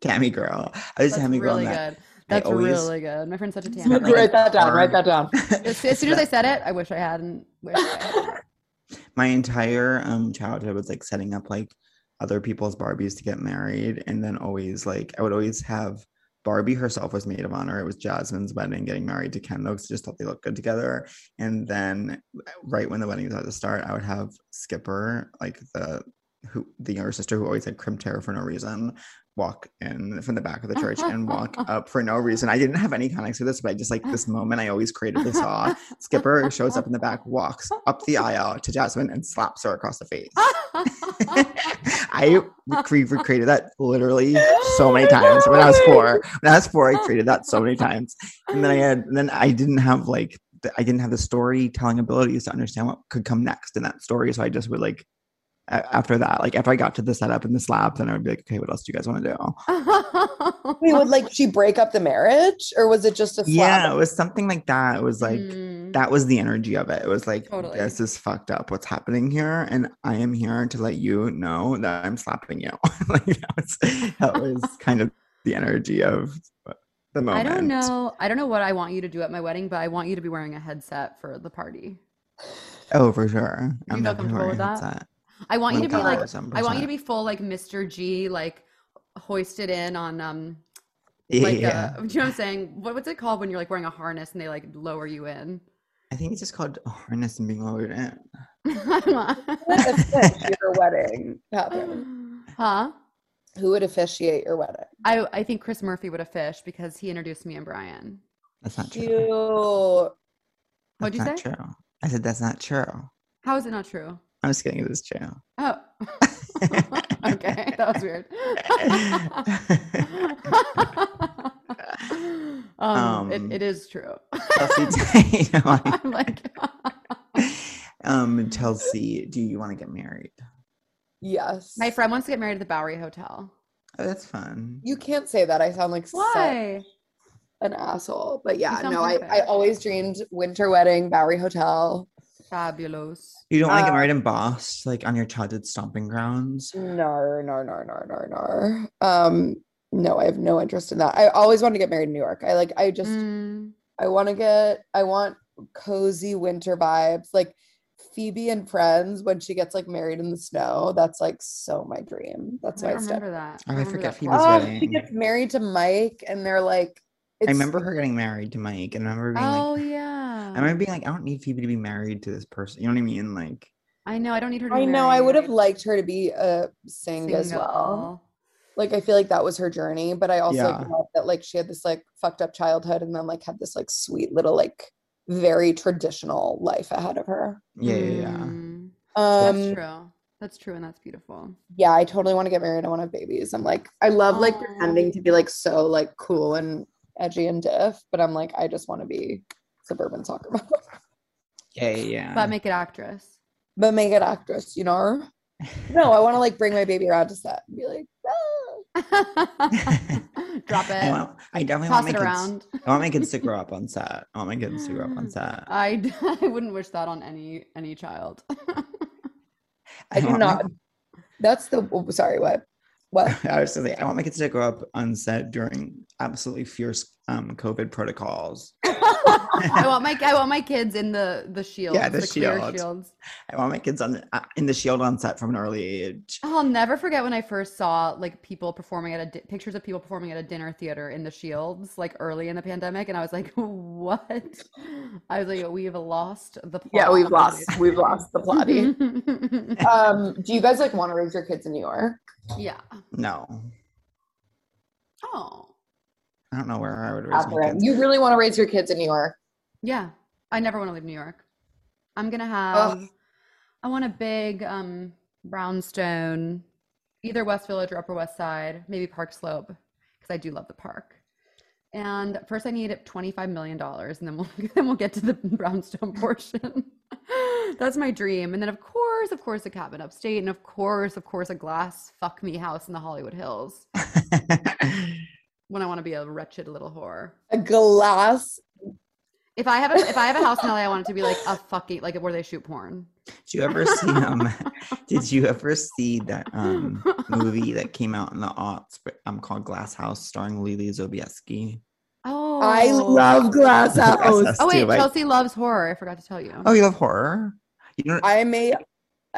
C: Tammy girl. I was a
B: That's
C: Tammy girl.
B: really
C: in that.
B: good. That's
C: always-
B: really good. My friend's such a
C: But,
B: tan.
C: like,
F: write that down. Write that down.
B: As, as soon as I said it, I wish I hadn't. Wish I-
C: my entire um childhood was like setting up like other people's Barbies to get married, and then always like I would always have Barbie herself was maid of honor. It was Jasmine's wedding, getting married to Ken though, 'cause I just thought they looked good together. And then uh, right when the wedding was about to start, I would have Skipper, like the who the younger sister who always had crimp hair for no reason, walk in from the back of the church and walk up for no reason. I didn't have any context with this, but I just like this moment I always creatively saw. Skipper shows up in the back, walks up the aisle to Jasmine and slaps her across the face. I re- recreated that literally so many times when I was four. When I was four, I created that so many times, and then I had, and then I didn't have like the, I didn't have the storytelling abilities to understand what could come next in that story. So I just would like a- after that, like after I got to the setup and the slap, then I would be like, okay, what else do you guys want to do?
F: We would like she break up the marriage, or was it just a slap?
C: Yeah, it was something like that. It was like.
B: Mm.
C: That was the energy of it. It was like,
B: Totally.
C: this is fucked up. What's happening here? And I am here to let you know that I'm slapping you. like that was, that was kind of the energy of the
B: I
C: moment.
B: don't know. I don't know what I want you to do at my wedding, but I want you to be wearing a headset for the party.
C: Oh, for sure.
B: You feel
C: definitely
B: comfortable
C: wearing
B: with
C: a
B: that?
C: headset.
B: I want you to be like
C: 1000%.
B: I want you to be full like Mr. G, like hoisted in on um
C: Yeah,
B: like
C: yeah.
B: uh, do you know what I'm saying? What what's it called when you're like wearing a harness and they like lower you in?
C: I think it's just called harness and being lowered in.
F: Who would officiate your wedding? Catherine?
B: huh?
F: Who would officiate your wedding?
B: I I think Chris Murphy would have fished because he introduced me and Brian.
C: That's not true.
F: You.
B: What'd
C: That's
B: you
C: not
B: say?
C: True. I said that's not true.
B: How is it not true?
C: I'm just kidding. It is true.
B: Oh. okay, that was weird. um,
C: Um,
B: it, it is true.
C: Chelsea, you know, like-
B: I'm like,
C: um, Chelsea, do you want to get married?
F: Yes.
B: my friend wants to get married at the Bowery Hotel.
C: Oh, that's fun.
F: You can't say that. I sound like such
B: Why?
F: an asshole. But yeah,
B: sound
F: no, I, I
B: perfect.
F: always dreamed winter wedding, Bowery Hotel.
B: Fabulous.
C: You don't want to get
F: Uh,
C: married in Boss, like on your childhood stomping grounds.
F: No, no, no, no, no, no. Um, no, I have no interest in that. I always want to get married in New York. I like I just
B: Mm,
F: I want to get I want cozy winter vibes. Like Phoebe and Friends when she gets like married in the snow. That's like so my dream.
B: I
F: That's
B: don't
F: my step.
B: remember that.
C: Oh, I
B: remember
C: forget
B: that
C: Phoebe's
B: part.
C: wedding.
F: Oh, she gets married to Mike and they're like
C: I remember her getting married to Mike, and I remember being
B: Oh
C: like,
B: yeah.
C: I remember being like, I don't need Phoebe to be married to this person. You know what I mean? Like,
B: I know. I don't need her. to
F: I
B: be
F: know I would have
B: married.
F: liked her to be a sing as well.
B: Single.
F: like I feel like that was her journey, but I also
C: Yeah.
F: love that like she had this like fucked up childhood and then like had this like sweet little like very traditional life ahead of her.
C: yeah, yeah, yeah.
B: Mm,
F: Um
B: that's true. That's true, and that's beautiful.
F: yeah, I totally want to get married. I want to have babies. I'm like I love like pretending to be like so like cool and edgy and diff, but I'm like I just want to be suburban soccer mom.
C: Yeah, yeah, yeah.
B: But make it actress.
F: but make it actress, you know? No, I want to like bring my baby around to set and be like, "Ah."
B: Drop
C: I,
B: it.
C: want- I definitely
B: Toss
C: want my
B: it
C: kids.
B: around.
C: I want my kids to grow up on set. I want my kids to grow up on set.
B: I, d- I wouldn't wish that on any any child.
F: I do
C: want my-
F: not. That's the oh, sorry, what? What?
C: I was gonna say, I want my kids to grow up on set during absolutely fierce um, COVID protocols.
B: I want my I want my kids in the the shields.
C: the
B: clear
C: shield.
B: shields.
C: I want my kids on uh, in the shield on set from an early age.
B: Oh, I'll never forget when I first saw like people performing at a di- pictures of people performing at a dinner theater in the Shields like early in the pandemic, and I was like, "What?" I was like, "We have lost the plot."
F: Yeah, we've
B: of
F: lost.
B: this."
F: We've lost the plotty. Mm-hmm. um, do you guys like want to raise your kids in New York?
B: yeah.
C: No,
B: Oh,
C: I don't know where I would raise my
F: Catherine?
C: kids.
F: You really want to raise your kids in New York?
B: yeah. I never want to leave New York. I'm gonna have.
F: Ugh.
B: I want a big um brownstone, either West Village or Upper West Side, maybe Park Slope, because I do love the park. And first, I need twenty-five million dollars, and then we'll then we'll get to the brownstone portion. That's my dream. And then, of course, of course, a cabin upstate, and of course, of course, a glass fuck me house in the Hollywood Hills when I want to be a wretched little whore.
F: A glass.
B: If I have a if I have a house in LA, I want it to be like a fucking like where they shoot porn.
C: Did you ever see um? did you ever see that um movie that came out in the aughts? But um, called Glass House, starring Lily Sobieski.
F: I love Oh, Glass House.
C: Us
B: Oh wait,
C: too, like-
B: Chelsea loves horror. I forgot to tell you.
C: Oh, you love horror? You don't,
F: I may.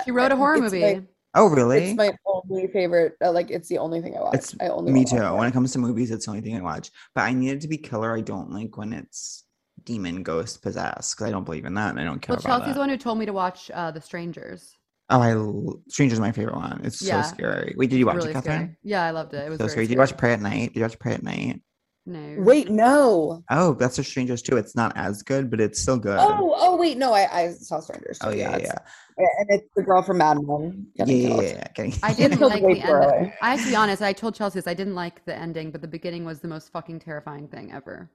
B: she wrote a horror
F: it's
B: movie.
F: my-
C: oh, really?
F: It's my only favorite. uh, Like it's the only thing I watch.
C: It's-
F: I only
C: Me
F: watch
C: too.
F: horror.
C: When it comes to movies, it's the only thing I watch. But I need it to be killer. I don't like when it's demon, ghost, possessed because I don't believe in that and I don't care
B: well,
C: about
B: Chelsea's the
C: that.
B: one who told me to watch uh, The Strangers.
C: Oh, I l- Stranger's my favorite one. It's
B: Yeah.
C: so scary. Wait, did you watch
B: really
C: it,
B: scary.
C: Catherine?
B: Yeah, I loved it. It was
C: so
B: very
C: scary. Did you
B: scary.
C: watch Pray at Night? Did you watch Pray at Night?
B: No.
F: Wait, no.
C: Oh, that's the Strangers too. It's not as good, but it's still good.
F: Oh, oh, wait, no. I, I saw Strangers.
C: Uh, Oh,
F: too,
C: yeah,
F: it's-
C: yeah,
F: And it's the girl from Mad Men.
C: yeah,
F: getting
C: yeah, yeah,
F: killed.
C: yeah, Getting
B: I didn't
F: Killed
B: like
F: way
B: the
F: too
B: ending.
F: early.
B: I have to be honest. I told Chelsea this. I didn't like the ending, but the beginning was the most fucking terrifying thing ever.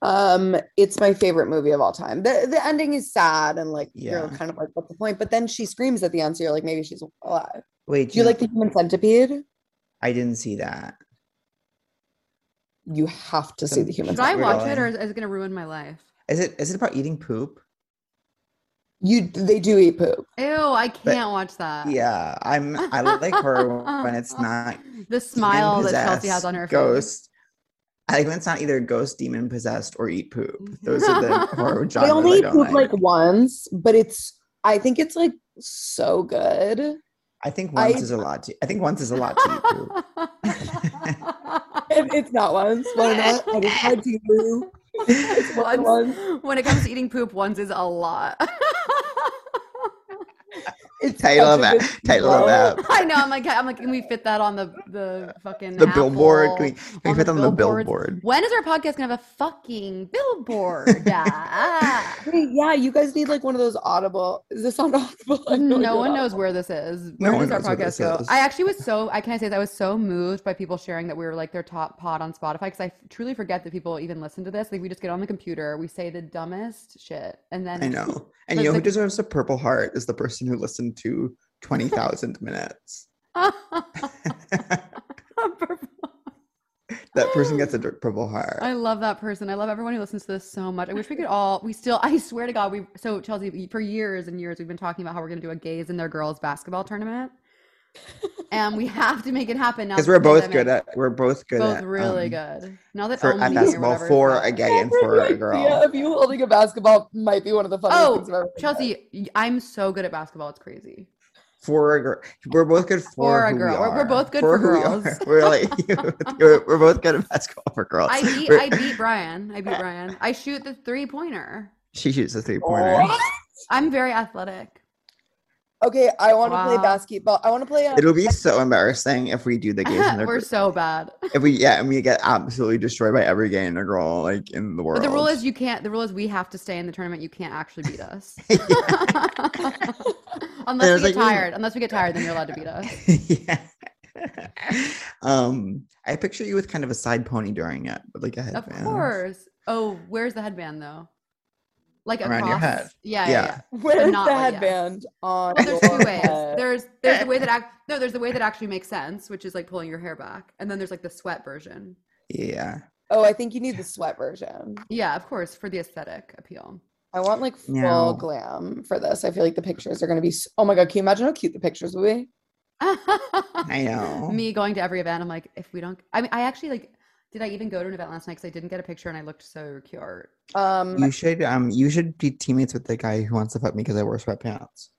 F: Um, it's my favorite movie of all time. The the ending is sad and like you're
C: Yeah.
F: kind of like, what's the point? But then she screams at the end, so you're like, maybe she's alive.
C: Wait,
F: Do you like the human centipede?
C: I didn't see that.
F: You have to see the human
B: Should
C: not
B: I
F: centipede.
B: watch
C: really.
B: it, or is, is it gonna ruin my life?
C: Is it is it about eating poop?
F: You they do eat poop.
B: Ew, I can't watch that.
F: Uh,
C: Yeah, I'm. I like horror when it's not
B: The
C: demon
B: smile that Chelsea
C: possessed,
B: has on her face.
C: ghost. I think it's not either ghost, demon possessed, or eat poop. Those are the horror genres
F: Mm-hmm. they only
C: I
F: eat
C: don't
F: poop
C: like.
F: like once, but it's I think it's like so good.
C: I think
F: I-
C: once is a lot. To, I think once is a lot to eat poop.
F: It- it's not once. Why not? I just had to. do. It's one
B: Once-
F: once.
B: when it comes to eating poop, ones is a lot.
F: It's
C: Title of
F: such a
C: that.
F: good
C: Title of
F: show.
C: that.
B: I know. I'm like, I'm like, can we fit that on the the fucking
C: The billboard.
B: Apple?
C: Can we, can we
B: on
C: put
B: the
C: that on the
B: billboards.
C: billboard?
B: When is our podcast gonna have a fucking billboard? Ah.
F: Wait, yeah, you guys need like one of those audible. Is this on audible? I know
B: no
F: you're
B: one
F: not
B: knows where this is.
C: No
B: Where
C: one
B: does our
C: knows where this
B: podcast go?
C: is.
B: I actually was so I can I say that I was so moved by people sharing that we were like their top pod on Spotify because I f- truly forget that people even listen to this. Like we just get on the computer, we say the dumbest shit, and then
C: I know. And
B: But
C: you know who
B: the-
C: deserves a purple heart is the person who listened to twenty thousand minutes. That person gets a d- purple heart.
B: I love that person. I love everyone who listens to this so much. I wish we could all. We still. I swear to God, we. So Chelsea, we- for years and years, we've been talking about how we're going to do a gays and their girls basketball tournament, and we have to make it happen now.
C: Because
B: that
C: we're
B: the
C: both
B: pandemic-
C: good at we're both good
B: both
C: at
B: really
C: um,
B: good. Now that
C: for at
B: Omni or
C: basketball
B: whatever it's
C: for
B: called-
C: a gay and
F: That
C: for a
F: idea
C: girl.
F: of you holding a basketball might be one of the funniest things I've ever
B: Oh,
F: heard.
B: Chelsea, y- I'm so good at basketball. It's crazy.
C: For a girl, we're both good for,
B: For a
C: who we
B: girl. We're- we're
C: are,
B: both good for
C: who we
B: girls.
C: are. We're like we're, we're both good at basketball Oh, for girls.
B: I beat.
C: We're-
B: I beat Brian. I beat Brian. I shoot the three pointer.
C: she shoots a three pointer.
F: What?
B: I'm very athletic.
F: Okay, I want to
B: Wow.
F: play basketball. I want to play. um,
C: It'll be so embarrassing if we do the gays and their
B: We're
C: girls.
B: so bad.
C: if we yeah and we get absolutely destroyed by every gay and a girl like in the world.
B: But the rule is you can't. The rule is we have to stay in the tournament. You can't actually beat us.
C: I
B: Unless
C: was
B: we get
C: like, "Wait a
B: tired. Unless we get tired, then you're allowed to beat us.
C: yeah. um, I picture you with kind of a side pony during it, with like a
B: Of
C: headband.
B: course. Oh, where's the headband though? Like
C: Around your
B: across.
C: head.
B: Yeah, yeah.
C: Yeah.
B: yeah.
F: Where's
B: not
F: the
B: like- yeah.
F: headband on?
B: Well, there's
F: your
B: two ways.
F: head?
B: There's there's the way that act no, there's the way that actually makes sense, which is like pulling your hair back, and then there's like the sweat version.
C: Yeah.
F: Oh, I think you need the sweat version.
B: Yeah, of course, for the aesthetic appeal.
F: I want like full
C: No.
F: glam for this. I feel like the pictures are going to be. s- Oh my god, can you imagine how cute the pictures would be?
C: I know.
B: Me going to every event, I'm like, if we don't, I mean, I actually like, did I even go to an event last night? Because I didn't get a picture, and I looked so cute.
F: Um,
C: You should um you should be teammates with the guy who wants to fuck me because I wear sweatpants.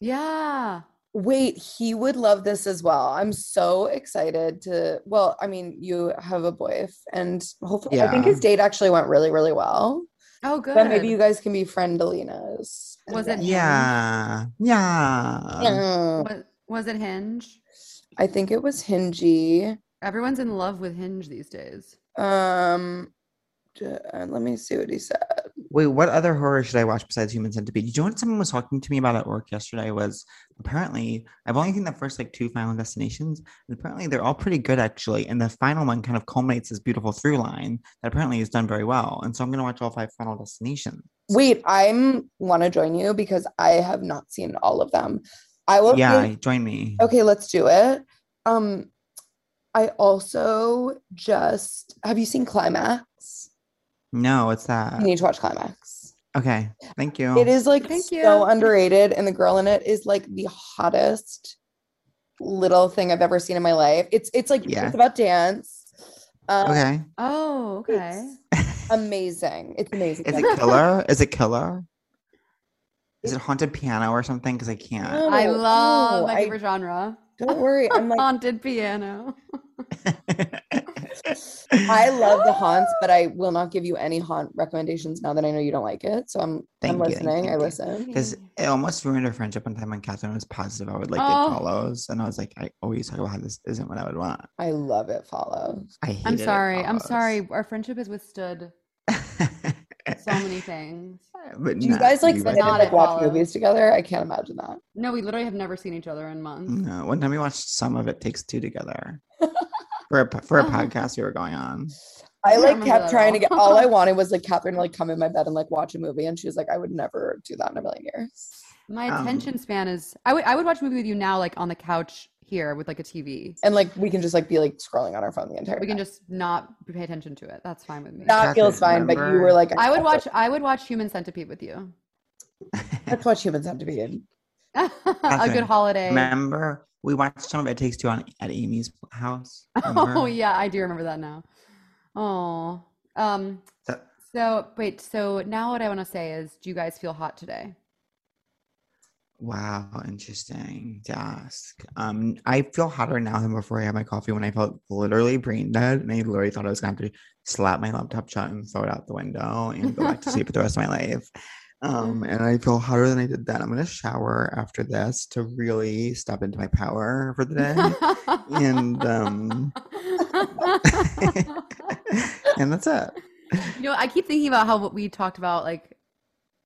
B: Yeah.
F: Wait, he would love this as well. I'm so excited to. Well, I mean, you have a boy, f- and hopefully, I think
C: Yeah.
F: his date actually went really, really well.
B: Oh, good.
F: But maybe you guys can be friendalinas. and
B: Was it
F: then-
C: Yeah. Yeah.
F: Yeah.
B: was, was it Hinge?
F: I think it was Hingy.
B: Everyone's in love with Hinge these days.
F: Um, d- uh, let me see what he said.
C: Wait, what other horror should I watch besides Human Centipede? You know what someone was talking to me about at work yesterday was apparently I've only seen the first like two Final Destinations, and apparently they're all pretty good actually. And the final one kind of culminates this beautiful through line that apparently is done very well. And so I'm gonna watch all five Final Destinations.
F: Wait, I'm want to join you because I have not seen all of them. I will.
C: yeah,
F: take-
C: join me.
F: Okay, let's do it. Um, I also just have you seen Climax?
C: No, it's that.
F: You need to watch Climax.
C: Okay, thank you.
F: It is like
B: Thank you.
F: so underrated, and the girl in it is like the hottest little thing I've ever seen in my life. It's it's like
C: Yeah.
F: it's about dance. Um,
C: Okay.
B: Oh, okay.
F: Amazing. It's amazing.
C: Is it killer? Is it killer? Is it haunted piano or something? Because I can't.
B: I
F: No,
B: love
F: no,
B: my
F: I-
B: favorite genre.
F: Don't worry. I'm like,
B: Haunted piano.
F: Oh. I love the haunts, but I will not give you any haunt recommendations now that I know you don't like it. So I'm,
C: Thank
F: I'm
C: you, thank
F: listening.
C: you,
F: I
C: thank you.
F: listen.
C: Because it almost ruined our friendship one time when Catherine was positive I would like
B: Oh.
C: it follows. And I was like, I always talk about how this isn't what I would want.
F: I love it. Follows.
C: I hate
B: I'm sorry. I'm sorry. Our friendship has withstood so
C: but
B: many things.
F: Do you guys like
C: you
F: sit
C: guys
F: and
B: not
C: didn't.
F: like,
B: at
F: watch
B: Follows.
F: movies together? I can't imagine that.
B: No, we literally have never seen each other in months.
C: No, one time we watched some of It Takes Two together for a po- for a
F: Oh.
C: podcast we were going on.
F: I
B: don't
F: like
B: remember that
F: kept
B: at
F: trying to get
B: all.
F: all I wanted was like Catherine to like come in my bed and like watch a movie, and she was like, I would never do that in a million years.
B: My
C: Um,
B: attention span is. I would I would watch a movie with you now, like on the couch here with like a TV.
F: And like we can just like be like scrolling on our phone the entire
B: We can
F: time.
B: just not pay attention to it. That's fine with me.
F: that feels
C: Catherine,
F: fine, but you
C: remember-
F: were like,
B: I would
F: can't
B: watch. I would watch Human Centipede with you.
F: That's what humans have to be in.
B: a
C: Catherine,
B: good holiday.
C: Remember, we watched some of It Takes Two on at Amy's house.
B: Oh
C: remember?
B: yeah, I do remember that now. Oh, um.
C: That-
B: So wait. So now what I want to say is, do you guys feel hot today?
C: Wow, interesting task. Um, I feel hotter now than before I had my coffee when I felt literally brain dead, and I literally thought I was gonna have to slap my laptop shut and throw it out the window and go back to sleep for the rest of my life. Um, and I feel hotter than I did then. I'm gonna shower after this to really step into my power for the day, and um, and that's it.
B: You know, I keep thinking about how what we talked about. Like,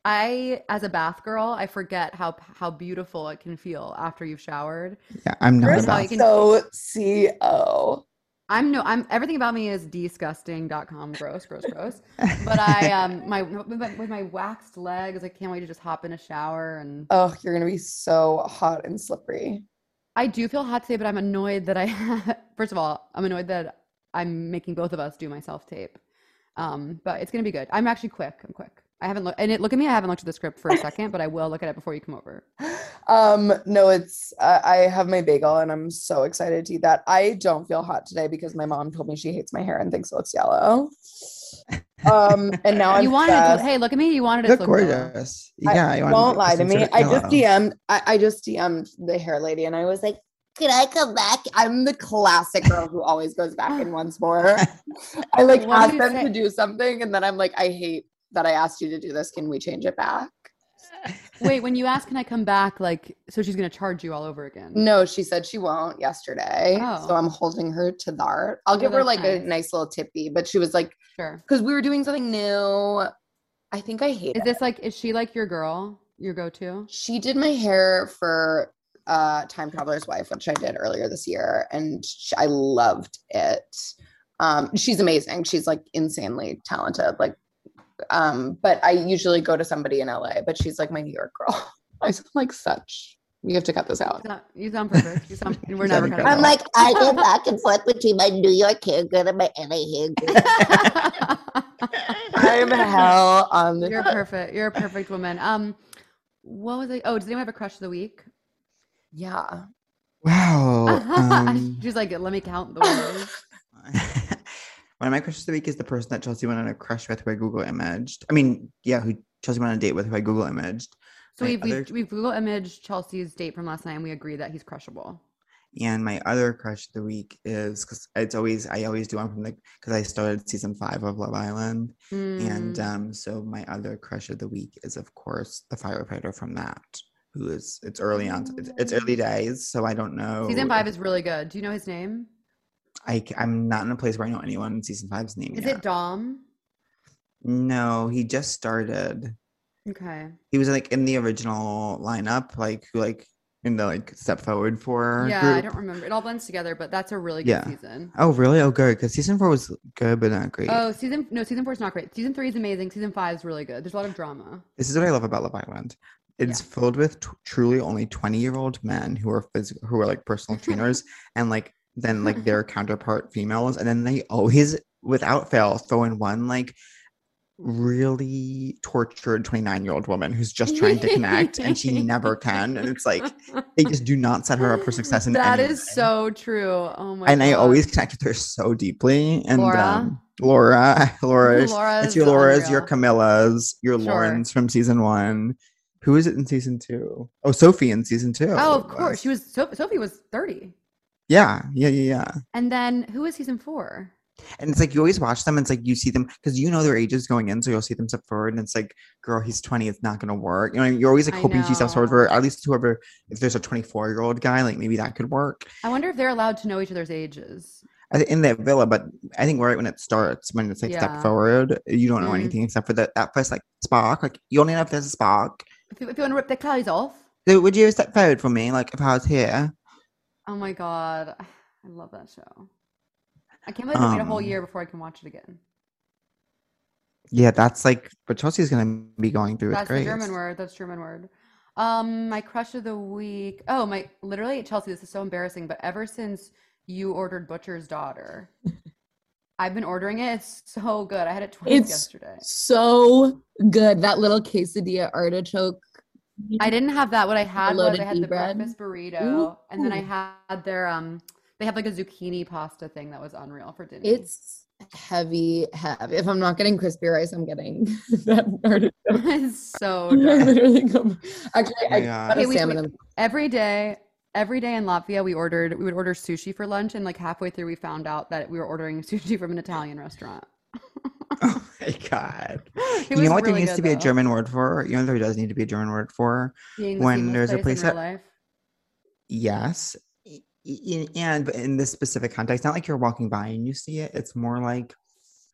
B: I, as a bath girl, I forget how how beautiful it can feel after you've showered.
C: Yeah, I'm not
B: First
C: a
B: of all,
C: bath.
B: you can-
F: So E CO.
B: I'm no, I'm everything about me is disgusting.com. Gross, gross, gross. But I, um, my with my- with my waxed legs, I can't wait to just hop in a shower and.
F: Oh, you're gonna be so hot and slippery.
B: I do feel hot today, but I'm annoyed that I have, first of all, I'm annoyed that I'm making both of us do my self tape. Um, but it's gonna be good. I'm actually quick. I'm quick. I haven't looked and it, look at me, I haven't looked at the script for a second, but I will look at it before you come over.
F: Um, no, it's uh, I have my bagel and I'm so excited to eat that. I don't feel hot today because my mom told me she hates my hair and thinks it looks yellow. Um, and now I'm
B: You wanted it to,
F: obsessed.
B: hey, look at me, you wanted it
C: Look
B: to look yellow.
C: gorgeous. Yeah,
F: I,
C: you wanna
F: won't
C: be
F: lie to me.
C: considered
F: I just
C: yellow.
F: DM'd I, I just DM'd the hair lady and I was like, could I come back? I'm the classic girl who always goes back and wants more. I like
B: What
F: ask
B: did
F: them
B: you
F: to do something and then I'm like, I hate that I asked you to do this. Can we change it back?
B: Wait, when you ask can I come back, like so she's gonna charge you all over again.
F: No, she said she won't yesterday.
B: Oh.
F: So I'm holding her to that. I'll
B: Oh,
F: give her
B: that's
F: like a
B: nice.
F: nice little tippy, but she was like,
B: Sure.
F: because we were doing something new. I think I hate
B: Is
F: it.
B: this like is she like your girl, your go to?
F: She did my hair for uh, Time Traveler's Wife, which I did earlier this year, and sh I loved it. Um, she's amazing. She's like insanely talented. Like, um, but I usually go to somebody in LA, but she's like my New York girl. I sound like such. We have to cut this out.
B: You sound perfect. You sound we're
C: Sound
B: never gonna
C: incredible.
G: I'm like, I go back and forth between my New York hair good and my LA hair good.
F: I'm hell on the
B: You're perfect. You're a perfect woman. Um, what was I? Oh, does anyone have a crush of the week?
F: yeah.
C: Wow. um,
B: She's like, let me count the ones.
C: One of my crushes of the week is the person that Chelsea went on a crush with who I Google imaged. I mean, yeah, who Chelsea went on a date with who I Google imaged.
B: So
C: My
B: we've, we've
C: other-
B: we've Google image Chelsea's date from last night, and we agree that he's crushable.
C: And my other crush of the week is because it's always I always do one from the because I started season five of Love Island, and
B: Mm.
C: um, so my other crush of the week is of course the firefighter from that, who is it's early on it's, it's early days, so I don't know.
B: season
C: if-
B: five is really good. Do you know his name?
C: I c- I'm not in a place where I know anyone in season five's name
B: Is
C: yet.
B: it Dom?
C: no, he just started.
B: Okay.
C: he was like in the original lineup, like who like in the like step forward for
B: Yeah, I
C: group.
B: don't remember. It all blends together, but that's a really good
C: Yeah.
B: season.
C: Oh really? Oh good, because season four was good but not great.
B: Oh, season no, season four is not great. Season three is amazing. Season five is really good. There's a lot of drama.
C: This is what I love about Love Island. It's filled with t- truly only twenty year old men who are phys- who are like personal trainers and like then like their counterpart females, and then they always without fail throw in one like really tortured 29 year old woman who's just trying to connect and she never can. And it's like they just do not set her up for success. In
B: That
C: any
B: is
C: way.
B: so true. Oh my
C: And I
B: God.
C: always connect with her so deeply. And
B: Laura?
C: um, Laura, Laura, is-
B: Laura's
C: it's your Laura's, your
B: unreal.
C: Camillas, your
B: Sure.
C: Lauren's from season one. Who is it in season two? Oh, Sophie in season two.
B: Oh, of
C: it
B: course. She was so- Sophie was 30.
C: Yeah, yeah, yeah, yeah.
B: And then who was season 4?
C: And it's like you always watch them. And it's like you see them because you know their ages going in, so you'll see them step forward. And it's like, girl, he's twenty. It's not going to work. You know, you're always like
B: I
C: hoping she steps forward
B: know.
C: for at least whoever. If there's a twenty four year old guy, like maybe that could work
B: I wonder if they're allowed to know each other's ages.
C: I thi- in that villa. But I think right when it starts, when it's like
B: Yeah.
C: step forward, you don't know
B: Mhm.
C: anything except for that that first like spark. Like you only know if there's a spark.
B: If you, if you want to rip their clothes off.
C: So would you step forward for me? Like if I was here,
B: Oh my God. I love that show. I can't believe I wait a whole
C: Um,
B: year before I can watch it again.
C: yeah, that's like what Chelsea's going to be going through.
B: That's
C: with
B: the
C: Grace.
B: German word. That's German word. Um, my crush of the week. Oh, my literally Chelsea, this is so embarrassing, but ever since you ordered Butcher's Daughter, I've been ordering it. It's so good. I had it twice
F: It's-
B: yesterday.
F: So good. That little quesadilla artichoke.
B: I didn't have that. What I had was I
F: loaded
B: had the
F: pea bread?
B: breakfast burrito, and then I had their um they have like a zucchini pasta thing that was unreal for dinner.
F: It's heavy, heavy. If I'm not getting crispy rice, I'm getting that artichoke.
B: It's so
F: I
B: good.
F: literally go- Actually, I
C: Yeah.
F: got a
B: Oh, Okay, wait,
F: salmon. and-
B: Every day, every day in Latvia, we ordered we would order sushi for lunch, and like halfway through, we found out that we were ordering sushi from an Italian restaurant.
C: Oh my god!
B: It
C: you
B: was
C: know what?
B: really
C: there needs
B: good,
C: to be a
B: though.
C: German word for. You know there does need to be a German word for.
B: Being the
C: when
B: seamless
C: there's a
B: place
C: place
B: in real
C: that-
B: life.
C: Yes. I- I- And but in this specific context, not like you're walking by and you see it. It's more like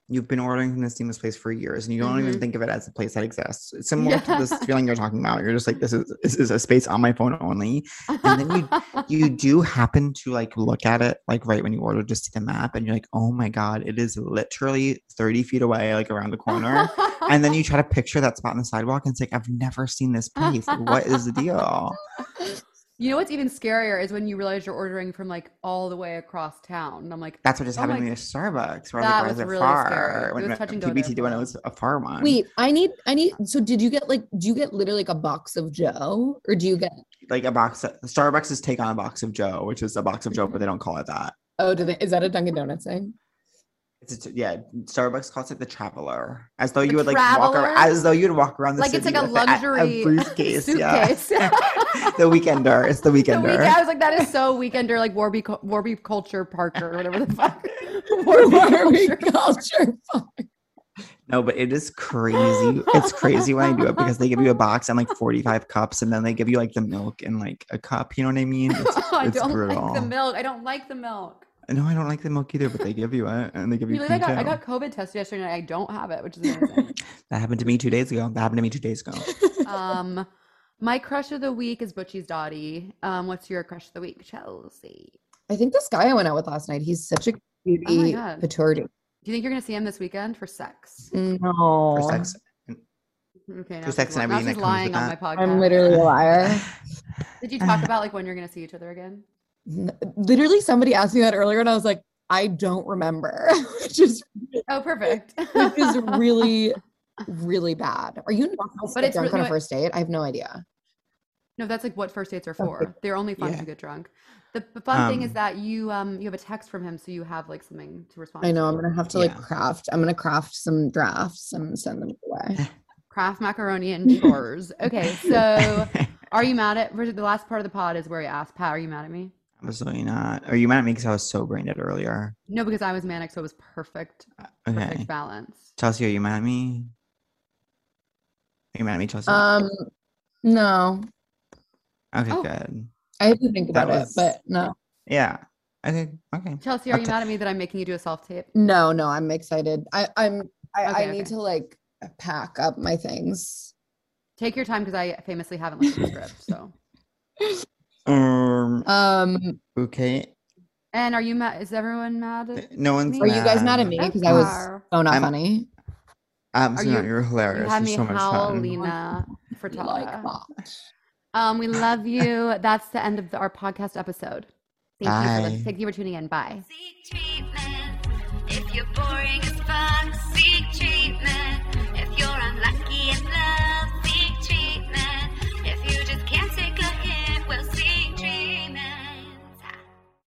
C: you've been ordering from the seamless place for years and you don't even think of it as a place that exists. It's similar to this
B: Mm-hmm. Yeah.
C: feeling you're talking about. You're just like, this is this is a space on my phone only. And then You do happen to like look at it like right when you order, just see the map, and you're like, oh my god, it is literally 30 feet away, like around the corner. and then you try to picture that spot on the sidewalk, and it's like, I've never seen this place. What is the deal?
B: You know what's even scarier is when you realize you're ordering from like all the way across town. And I'm like,
C: That's what just
B: Oh
C: happened to
B: my-
C: me at Starbucks. Where
B: That
C: I was
B: was
C: like, why is it
B: really
C: far?
B: scary. It
C: When
B: was
C: I-
B: touch and go there
C: PBT
B: for
C: when it
B: us.
C: was a far one.
F: Wait, I need, I need. So, did you get like, do you get literally like a box of Joe, or do you get?
C: Like a box of, Starbucks is take on a box of Joe, which is a box of Joe, but they don't call it that.
F: Oh, do they, is that a Dunkin' Donuts thing?
C: It's a t- yeah, Starbucks calls it the traveler. As though
B: The
C: you would like walk
B: traveler?
C: around as though you'd walk around the
B: like it's like
C: city
B: a
C: with a-
B: luxury
C: a briefcase. Yeah.
B: suitcase.
C: the weekender. It's the
B: The
C: weekender.
B: weekend, I was like, that is so weekender, like Warby, Cu- Warby Culture Parker or whatever the fuck. Warby
F: Warby
B: Culture.
F: culture.
C: No, but it is crazy. it's crazy when I do it because they give you a box and like 45 cups and then they give you like the milk and like a cup. You know what I mean? It's,
B: I
C: it's
B: don't
C: brutal.
B: like the milk. I don't like the milk.
C: No, I don't like the milk either, but they give you it and they give you,
B: You know, I
C: free
B: got I
C: too.
B: got COVID tested yesterday and I don't have it, which is amazing.
C: That happened to me two days ago. That happened to me two days ago.
B: um, my crush of the week is Butchie's Dottie. Um, what's your crush of the week, Chelsea?
F: I think this guy I went out with last night. He's such a cutie
B: Oh God.
F: patootie.
B: Do you think you're gonna see him this weekend for sex?
F: Mm. No,
B: Oh,
C: For sex.
B: Okay, now
C: For sex
B: she's li-
C: and
B: now
C: everything
B: she's
C: that
B: lying
C: comes
B: on
C: with
B: my podcast.
F: I'm literally a liar.
B: Did you talk about like when you're gonna see each other again?
F: N- Literally, somebody asked me that earlier, and I was like, I don't remember, which is
B: Oh, perfect.
F: which is really, really bad. Are you not supposed to
B: But
F: get
B: it's
F: drunk
B: re-
F: on
B: no,
F: a first date? I have no idea.
B: No, that's like what first dates are
F: Okay.
B: for. They're only fun
C: Yeah.
B: to get drunk. The, the fun thing is
C: Um,
B: that you um you have a text from him, so you have like something to respond.
F: I know I'm
B: To.
F: gonna have to like
C: Yeah.
F: craft. I'm gonna craft some drafts and send them away.
B: Kraft macaroni and chores. okay, so are you mad at? The last part of the pod is where you asked Pat, "Are you mad at me?"
C: Absolutely not. Are you mad at me because I was so brain dead earlier?
B: No, because I was manic, so it was perfect, perfect
C: Okay.
B: balance.
C: Chelsea, are you mad at me? Are you mad at me, Chelsea?
F: Um, no,
C: okay,
B: Uh, oh.
C: good.
F: I have to think
C: That
F: about
C: was-
F: it, but no,
C: Yeah. Okay. Okay.
B: Chelsea, are you
C: Okay.
B: mad at me that I'm making you do a self tape?
F: no, no. I'm excited. I, I'm. I, I
B: Okay,
F: need
B: okay.
F: to like pack up my things.
B: Take your time because I famously haven't looked at the script. So,
C: Um.
F: Um,
C: Okay.
B: and are you mad? Is everyone mad? At
C: No one's.
F: are you guys mad at me
B: That's
F: because I was
B: fair.
F: so oh, not
C: I'm-
F: funny?
C: Absolutely.
B: you-
C: not. You're
B: you
C: hilarious.
B: had
C: You're
B: me
C: so much
B: howl,
C: fun.
B: Lena Fertella.
F: Like that.
B: Um, we love you. That's the end of the, our podcast episode. Thank you for listening.
C: Bye.
B: Thank you for tuning in. Bye.
A: Seek treatment. If you're boring as fuck, seek treatment.